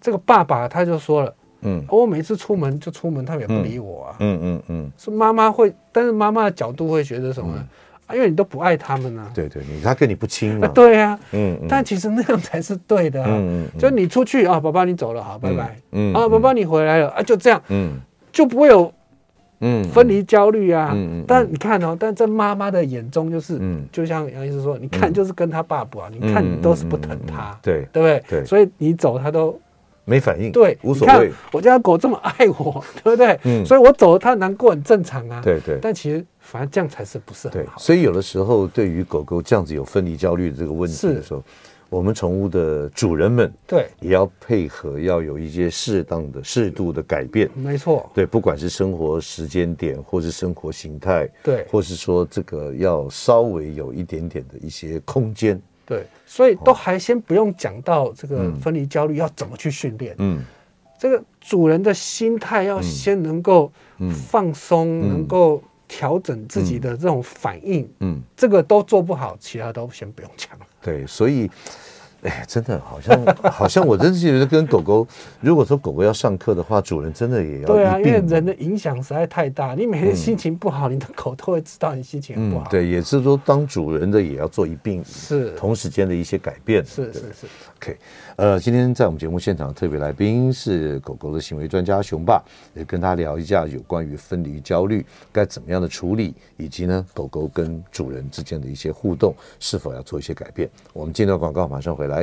[SPEAKER 2] 这个爸爸他就说了。哦
[SPEAKER 1] 嗯
[SPEAKER 2] 我每次出门就出门，他们也不理我啊。
[SPEAKER 1] 嗯嗯嗯，
[SPEAKER 2] 是妈妈会，但是妈妈的角度会觉得什么呢？啊，因为你都不爱他们呢、
[SPEAKER 1] 对对，你他跟你不亲
[SPEAKER 2] 啊。
[SPEAKER 1] 嘛，
[SPEAKER 2] 对啊，
[SPEAKER 1] 嗯嗯
[SPEAKER 2] 但其实那样才是对的、啊。
[SPEAKER 1] 嗯嗯嗯
[SPEAKER 2] 就你出去啊，爸爸你走了，好，拜拜。
[SPEAKER 1] 嗯
[SPEAKER 2] 啊，爸爸你回来了啊，就这样，
[SPEAKER 1] 嗯
[SPEAKER 2] 就不会有
[SPEAKER 1] 嗯
[SPEAKER 2] 分离焦虑啊。
[SPEAKER 1] 嗯嗯嗯
[SPEAKER 2] 但你看哦，但在妈妈的眼中就是，
[SPEAKER 1] 嗯
[SPEAKER 2] 就像杨医师说，你看就是跟他爸爸，你看你都是不
[SPEAKER 1] 嗯
[SPEAKER 2] 疼他，
[SPEAKER 1] 对，
[SPEAKER 2] 对不对？
[SPEAKER 1] 对
[SPEAKER 2] 所以你走他都
[SPEAKER 1] 没反应，
[SPEAKER 2] 对，
[SPEAKER 1] 无
[SPEAKER 2] 你
[SPEAKER 1] 所
[SPEAKER 2] 看
[SPEAKER 1] 谓，
[SPEAKER 2] 我家狗这么爱我， 对不对？
[SPEAKER 1] 嗯
[SPEAKER 2] 所以我走了它难过很正常啊。
[SPEAKER 1] 对对
[SPEAKER 2] 但其实反正这样才是不是很
[SPEAKER 1] 对，
[SPEAKER 2] 好？
[SPEAKER 1] 所以有的时候对于狗狗这样子有分离焦虑的这个问题的时候，我们宠物的主人们
[SPEAKER 2] 对，
[SPEAKER 1] 也要配合，要有一些适当的、适度的改变。
[SPEAKER 2] 没错，
[SPEAKER 1] 对，不管是生活时间点，或是生活形态，
[SPEAKER 2] 对
[SPEAKER 1] 或是说这个要稍微有一点点的一些空间，
[SPEAKER 2] 对，所
[SPEAKER 1] 哦
[SPEAKER 2] 以都还先不用讲到这个分离焦虑要怎么去训练，
[SPEAKER 1] 嗯
[SPEAKER 2] 这个主人的心态要先能够
[SPEAKER 1] 嗯
[SPEAKER 2] 放松，能够调整自己的这种反应，
[SPEAKER 1] 嗯，
[SPEAKER 2] 这个都做不好，其他都先不用讲了。
[SPEAKER 1] 对，所以哎，真的好像好像我真是觉得跟狗狗，如果说狗狗要上课的话，主人真的也要
[SPEAKER 2] 对啊，
[SPEAKER 1] 一
[SPEAKER 2] 因为
[SPEAKER 1] 并
[SPEAKER 2] 人的影响实在太大，你每天心情不好，你的狗都会知道你心情不
[SPEAKER 1] 嗯
[SPEAKER 2] 好。，，
[SPEAKER 1] 对，也是说当主人的也要做一并
[SPEAKER 2] 是
[SPEAKER 1] 同时间的一些改变，
[SPEAKER 2] 是
[SPEAKER 1] 对
[SPEAKER 2] 是是，
[SPEAKER 1] OK，呃，今天在我们节目现场特别来宾是狗狗的行为专家熊爸，也跟他聊一下有关于分离焦虑该怎么样的处理，以及呢狗狗跟主人之间的一些互动是否要做一些改变。我们进到广告，马上回来。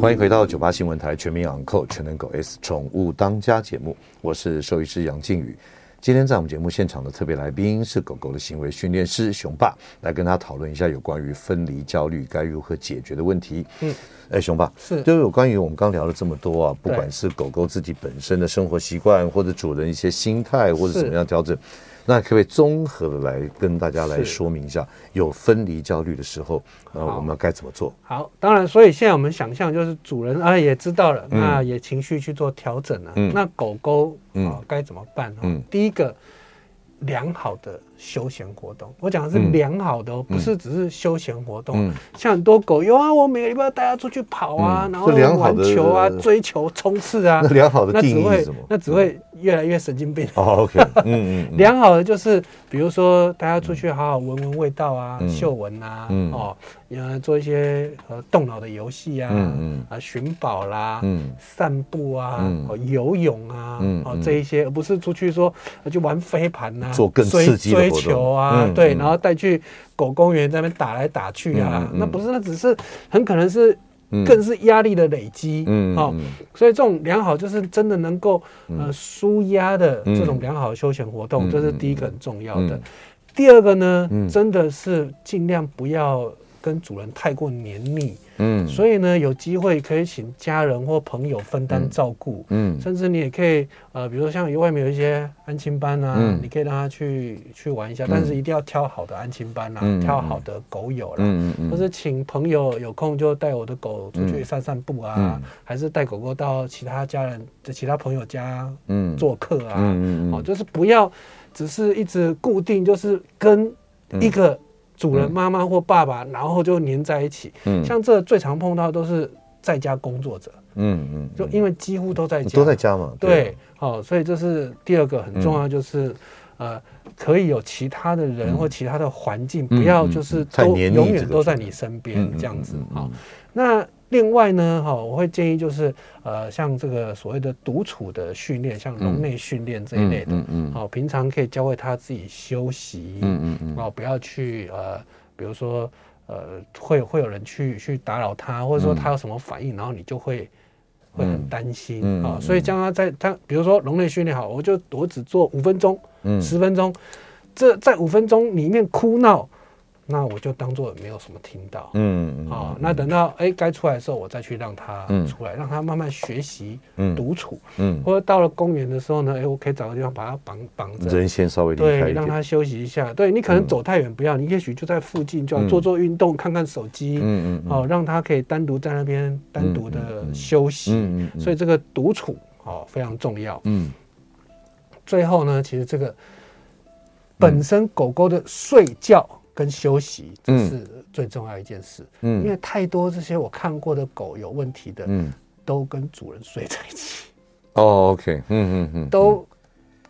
[SPEAKER 1] 欢迎回到九八新闻台全民养狗全能狗 S 宠物当家节目，我是兽医师杨靖宇。今天在我们节目现场的特别来宾是狗狗的行为训练师熊爸，来跟他讨论一下有关于分离焦虑该如何解决的问题。嗯，哎，熊爸，
[SPEAKER 2] 是
[SPEAKER 1] 都有关于我们刚聊了这么多啊，不
[SPEAKER 2] 对
[SPEAKER 1] 管是狗狗自己本身的生活习惯，或者主人一些心态，或者
[SPEAKER 2] 是
[SPEAKER 1] 怎么样调整，那可不可以综合的来跟大家来
[SPEAKER 2] 是
[SPEAKER 1] 说明一下，有分离焦虑的时候，呃，
[SPEAKER 2] 好
[SPEAKER 1] 我们该怎么做？
[SPEAKER 2] 好，当然，所以现在我们想象就是主人啊也知道了，
[SPEAKER 1] 嗯
[SPEAKER 2] 那也情绪去做调整了。
[SPEAKER 1] 嗯
[SPEAKER 2] 那狗狗啊
[SPEAKER 1] 嗯
[SPEAKER 2] 该怎么办？哦
[SPEAKER 1] 嗯
[SPEAKER 2] 第一个，良好的休闲活动。我讲的是
[SPEAKER 1] 嗯
[SPEAKER 2] 良好的，哦，
[SPEAKER 1] 嗯
[SPEAKER 2] 不是只是休闲活动
[SPEAKER 1] 嗯。
[SPEAKER 2] 像很多狗有啊，我每个礼拜带它出去跑啊，
[SPEAKER 1] 嗯
[SPEAKER 2] 然
[SPEAKER 1] 这良
[SPEAKER 2] 后
[SPEAKER 1] 好
[SPEAKER 2] 玩
[SPEAKER 1] 的
[SPEAKER 2] 球啊、追求、冲刺啊
[SPEAKER 1] 那，良好的
[SPEAKER 2] 那只
[SPEAKER 1] 定义是
[SPEAKER 2] 会
[SPEAKER 1] 什么？
[SPEAKER 2] 那只会越来越神经病。
[SPEAKER 1] 哦，OK，嗯嗯，嗯，
[SPEAKER 2] 良好的就是，比如说大家出去好好闻闻味道啊、
[SPEAKER 1] 嗯
[SPEAKER 2] 嗅闻啊，
[SPEAKER 1] 嗯
[SPEAKER 2] 哦，呃，做一些呃动脑的游戏啊，
[SPEAKER 1] 嗯嗯
[SPEAKER 2] 啊寻宝啦，
[SPEAKER 1] 嗯
[SPEAKER 2] 散步啊，
[SPEAKER 1] 嗯
[SPEAKER 2] 哦游泳啊，
[SPEAKER 1] 嗯
[SPEAKER 2] 哦
[SPEAKER 1] 嗯
[SPEAKER 2] 这一些，而不是出去说呃去玩飞盘啊，
[SPEAKER 1] 做更
[SPEAKER 2] 追
[SPEAKER 1] 刺激的
[SPEAKER 2] 追
[SPEAKER 1] 活动
[SPEAKER 2] 球啊，
[SPEAKER 1] 嗯
[SPEAKER 2] 对，
[SPEAKER 1] 嗯
[SPEAKER 2] 然后带去狗公园在那边打来打去
[SPEAKER 1] 嗯
[SPEAKER 2] 啊，
[SPEAKER 1] 嗯嗯
[SPEAKER 2] 那不是，那只是很可能是
[SPEAKER 1] 嗯
[SPEAKER 2] 更是压力的累积，
[SPEAKER 1] 嗯
[SPEAKER 2] 哦，
[SPEAKER 1] 嗯
[SPEAKER 2] 所以这种良好就是真的能够呃舒压的这种良好的休闲活动，
[SPEAKER 1] 嗯
[SPEAKER 2] 这是第一个很重要的
[SPEAKER 1] 嗯。
[SPEAKER 2] 第二个呢
[SPEAKER 1] 嗯，
[SPEAKER 2] 真的是尽量不要跟主人太过黏腻，
[SPEAKER 1] 嗯，以
[SPEAKER 2] 所以呢，有机会可以请家人或朋友分担照顾。
[SPEAKER 1] 嗯
[SPEAKER 2] 甚至你也可以，呃，比如说像外面有一些安亲班啊，
[SPEAKER 1] 嗯
[SPEAKER 2] 你可以让他去去玩一下，但是一定要挑好的安亲班啦、
[SPEAKER 1] 嗯嗯
[SPEAKER 2] 挑好的狗友啦，
[SPEAKER 1] 嗯嗯
[SPEAKER 2] 或是请朋友有空就带我的狗出去散散步啊，
[SPEAKER 1] 嗯
[SPEAKER 2] 还是带狗狗到其他家人、其他朋友家
[SPEAKER 1] 嗯
[SPEAKER 2] 做客啊，
[SPEAKER 1] 嗯嗯嗯
[SPEAKER 2] 哦，就是不要只是一直固定，就是跟一个主人妈妈或爸爸，然后就黏在一起。
[SPEAKER 1] 嗯
[SPEAKER 2] 像这最常碰到都是在家工作者，
[SPEAKER 1] 嗯嗯，
[SPEAKER 2] 就因为几乎都在家，
[SPEAKER 1] 都在家嘛，
[SPEAKER 2] 对，好、所以这是第二个
[SPEAKER 1] 嗯
[SPEAKER 2] 很重要，就是、呃，可以有其他的人或其他的环境，
[SPEAKER 1] 嗯
[SPEAKER 2] 不要
[SPEAKER 1] 嗯
[SPEAKER 2] 就
[SPEAKER 1] 嗯
[SPEAKER 2] 是
[SPEAKER 1] 太
[SPEAKER 2] 都
[SPEAKER 1] 黏腻
[SPEAKER 2] 永
[SPEAKER 1] 这
[SPEAKER 2] 远
[SPEAKER 1] 个
[SPEAKER 2] 都在
[SPEAKER 1] 字
[SPEAKER 2] 你身
[SPEAKER 1] 嗯
[SPEAKER 2] 边
[SPEAKER 1] 嗯
[SPEAKER 2] 这样子
[SPEAKER 1] 嗯嗯
[SPEAKER 2] 好、
[SPEAKER 1] 嗯
[SPEAKER 2] 那另外呢，哈、我会建议就是呃，像这个所谓的独处的训练，像笼内训练这一类的，好、
[SPEAKER 1] 嗯嗯嗯
[SPEAKER 2] 平常可以教会他自己休息，
[SPEAKER 1] 嗯嗯嗯
[SPEAKER 2] 哦，不要去呃，比如说呃，会会有人去去打扰他，或者说他有什么反应，然后你就会会很担心啊、
[SPEAKER 1] 嗯嗯
[SPEAKER 2] 哦
[SPEAKER 1] 嗯
[SPEAKER 2] 所以将他在他比如说笼内训练好，我就我只做五分钟、
[SPEAKER 1] 嗯
[SPEAKER 2] 十、分钟，这在五分钟里面哭闹，那我就当做没有什么听到。
[SPEAKER 1] 嗯
[SPEAKER 2] 哦，那等到哎该出来的时候，我再去让他
[SPEAKER 1] 嗯
[SPEAKER 2] 出来，让他慢慢学习
[SPEAKER 1] 嗯
[SPEAKER 2] 独处，
[SPEAKER 1] 嗯，
[SPEAKER 2] 或者到了公园的时候呢，哎，我可以找个地方把他绑绑着，
[SPEAKER 1] 人先稍微离开
[SPEAKER 2] 对，
[SPEAKER 1] 一
[SPEAKER 2] 让
[SPEAKER 1] 点，嗯
[SPEAKER 2] 他休息一下。对你可能走太远不要，你也许就在附近，就要做做运动，看看手机，
[SPEAKER 1] 嗯嗯
[SPEAKER 2] 哦，让他可以单独在那边单独的休息。
[SPEAKER 1] 嗯嗯嗯
[SPEAKER 2] 所以这个独处哦非常重要。
[SPEAKER 1] 嗯
[SPEAKER 2] 最后呢，其实这个本身狗狗的睡觉跟休息，这
[SPEAKER 1] 嗯
[SPEAKER 2] 是最重要一件事。
[SPEAKER 1] 嗯
[SPEAKER 2] 因为太多这些我看过的狗有问题的，
[SPEAKER 1] 嗯
[SPEAKER 2] 都跟主人睡在一起，
[SPEAKER 1] 哦 OK，嗯嗯嗯，
[SPEAKER 2] 都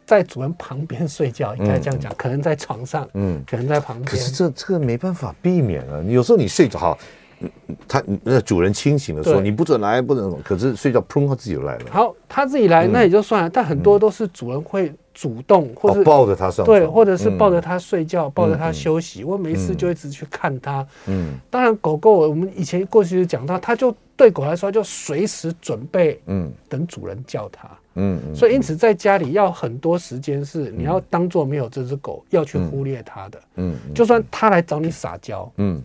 [SPEAKER 2] 在主人旁边睡觉，应该这样讲，可能在床上，
[SPEAKER 1] 嗯。
[SPEAKER 2] 可能在旁边。
[SPEAKER 1] 可是这这个没办法避免啊，有时候你睡着好，嗯他那主人清醒的时候，你不准来，不准，可是睡觉砰，他自己就来了，
[SPEAKER 2] 好，他自己来那也就算了，但很多都是主人会主动，或是
[SPEAKER 1] 哦抱着他嗯上
[SPEAKER 2] 对，或者是抱着它睡觉，抱着它休息。我没事就一直去看它。
[SPEAKER 1] 嗯
[SPEAKER 2] 当然，狗狗我们以前过去就讲到，它就对狗来说就随时准备
[SPEAKER 1] 嗯
[SPEAKER 2] 等主人叫它。
[SPEAKER 1] 嗯嗯，
[SPEAKER 2] 所以因此在家里要很多时间是你要当做没有这只狗，要去忽略它的。
[SPEAKER 1] 嗯
[SPEAKER 2] 就算它来找你撒娇，
[SPEAKER 1] 嗯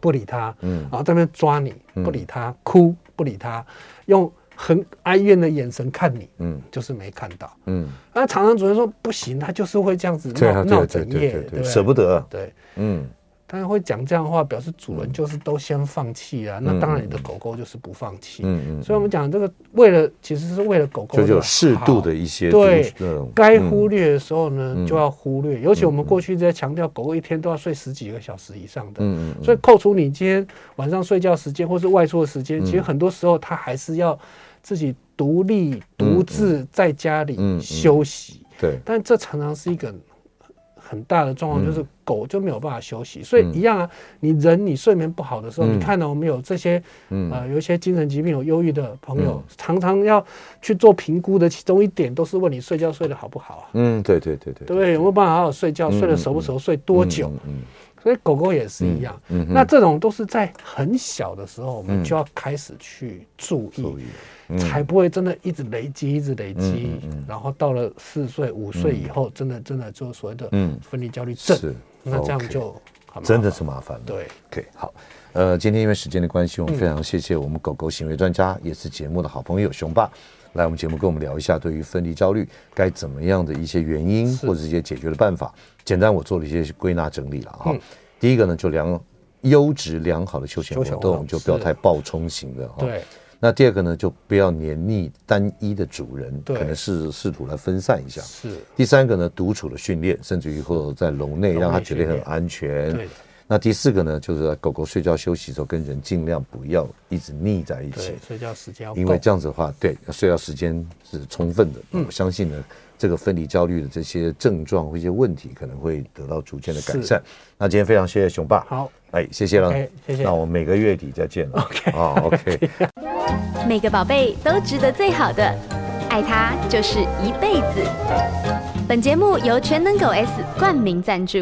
[SPEAKER 2] 不理它，
[SPEAKER 1] 嗯
[SPEAKER 2] 然后在那边抓你，不理它，哭不理它，用很哀怨的眼神看你，
[SPEAKER 1] 嗯
[SPEAKER 2] 就是没看到。
[SPEAKER 1] 嗯，
[SPEAKER 2] 那常常主人说不行，他就是会这样子
[SPEAKER 1] 对啊
[SPEAKER 2] 闹
[SPEAKER 1] 对
[SPEAKER 2] 闹
[SPEAKER 1] 对
[SPEAKER 2] 整
[SPEAKER 1] 对啊
[SPEAKER 2] 夜，
[SPEAKER 1] 对
[SPEAKER 2] 对不
[SPEAKER 1] 对，
[SPEAKER 2] 对
[SPEAKER 1] 舍不得，
[SPEAKER 2] 对，
[SPEAKER 1] 嗯
[SPEAKER 2] 但是会讲这样的话，表示主人就是都先放弃了。那当然，你的狗狗就是不放弃。
[SPEAKER 1] 嗯嗯，
[SPEAKER 2] 所以我们讲这个，为了其实是为了狗狗
[SPEAKER 1] 就
[SPEAKER 2] 的
[SPEAKER 1] 有适度的
[SPEAKER 2] 好
[SPEAKER 1] 一些
[SPEAKER 2] 对
[SPEAKER 1] 那种
[SPEAKER 2] 该
[SPEAKER 1] 嗯
[SPEAKER 2] 忽略的时候呢，
[SPEAKER 1] 嗯
[SPEAKER 2] 就要忽略。尤其我们过去一直在强调，狗狗一天都要睡十几个小时以上的。
[SPEAKER 1] 嗯嗯，
[SPEAKER 2] 所以扣除你今天晚上睡觉时间或是外出的时间，
[SPEAKER 1] 嗯
[SPEAKER 2] 其实很多时候它还是要自己独立、独自在家里
[SPEAKER 1] 嗯嗯嗯
[SPEAKER 2] 休息。
[SPEAKER 1] 对，
[SPEAKER 2] 但这常常是一个很大的状况，
[SPEAKER 1] 嗯
[SPEAKER 2] 就是狗就没有办法休息。所以一样啊，你人你睡眠不好的时候，
[SPEAKER 1] 嗯
[SPEAKER 2] 你看到我们有这些
[SPEAKER 1] 嗯
[SPEAKER 2] 呃，有一些精神疾病、有忧郁的朋友
[SPEAKER 1] 嗯，
[SPEAKER 2] 常常要去做评估的，其中一点都是问你睡觉睡得好不好啊，
[SPEAKER 1] 嗯，对对对对，
[SPEAKER 2] 对不对？有没有办法好好睡觉？
[SPEAKER 1] 嗯
[SPEAKER 2] 睡得
[SPEAKER 1] 嗯
[SPEAKER 2] 熟不
[SPEAKER 1] 嗯
[SPEAKER 2] 熟？睡多
[SPEAKER 1] 嗯
[SPEAKER 2] 久？？
[SPEAKER 1] 嗯，
[SPEAKER 2] 所以狗狗也是一
[SPEAKER 1] 嗯
[SPEAKER 2] 样。
[SPEAKER 1] 嗯嗯哼
[SPEAKER 2] 那这种都是在很小的时候，我们
[SPEAKER 1] 嗯
[SPEAKER 2] 就要开始去注意，
[SPEAKER 1] 注意嗯
[SPEAKER 2] 才不会真的一直累积，一直累积
[SPEAKER 1] 嗯，嗯嗯
[SPEAKER 2] 然后到了四岁、五岁以后，真的真的就所谓的
[SPEAKER 1] 嗯
[SPEAKER 2] 分离焦虑症，
[SPEAKER 1] 是，
[SPEAKER 2] 那这
[SPEAKER 1] OK
[SPEAKER 2] 样就很麻
[SPEAKER 1] 真的
[SPEAKER 2] 烦
[SPEAKER 1] 是麻烦了。
[SPEAKER 2] 对。
[SPEAKER 1] OK，好，呃，今天因为时间的关系，我们非常谢谢我们狗狗行为专家，也是节目的好朋友熊爸。来，我们节目跟我们聊一下对于分离焦虑该怎么样的一些原因
[SPEAKER 2] 是
[SPEAKER 1] 或者一些解决的办法。简单，我做了一些归纳整理了哈。
[SPEAKER 2] 嗯
[SPEAKER 1] 第一个呢，就良优质良好的休闲
[SPEAKER 2] 休
[SPEAKER 1] 活
[SPEAKER 2] 闲
[SPEAKER 1] 动，
[SPEAKER 2] 活动
[SPEAKER 1] 就不要
[SPEAKER 2] 是
[SPEAKER 1] 太暴冲型的哈。啊
[SPEAKER 2] 对，
[SPEAKER 1] 那第二个呢，就不要黏腻单一的主人，
[SPEAKER 2] 对
[SPEAKER 1] 可能是试图来分散一下。
[SPEAKER 2] 是，
[SPEAKER 1] 第三个呢，独处的训练，甚至于或在笼内
[SPEAKER 2] 笼
[SPEAKER 1] 让它
[SPEAKER 2] 内
[SPEAKER 1] 觉
[SPEAKER 2] 训
[SPEAKER 1] 得很
[SPEAKER 2] 练
[SPEAKER 1] 安全。
[SPEAKER 2] 对的
[SPEAKER 1] 那第四个呢，就是狗狗睡觉休息的时候，跟人尽量不要一直腻在一起
[SPEAKER 2] 对，，睡觉时间要
[SPEAKER 1] 因为
[SPEAKER 2] 够
[SPEAKER 1] 这样子的话，对睡觉时间是
[SPEAKER 2] 嗯
[SPEAKER 1] 充分的。我相信呢，这个分离焦虑的这些症状或一些问题，可能会得到逐渐的改善。那今天非常谢谢熊爸，
[SPEAKER 2] 好，
[SPEAKER 1] 哎，谢谢了
[SPEAKER 2] OK，谢谢
[SPEAKER 1] 那我们每个月底再见了。
[SPEAKER 2] OK
[SPEAKER 1] 啊，OK。
[SPEAKER 3] 每个宝贝都值得最好的，爱它就是一辈子。本节目由全能狗 S 冠名赞助。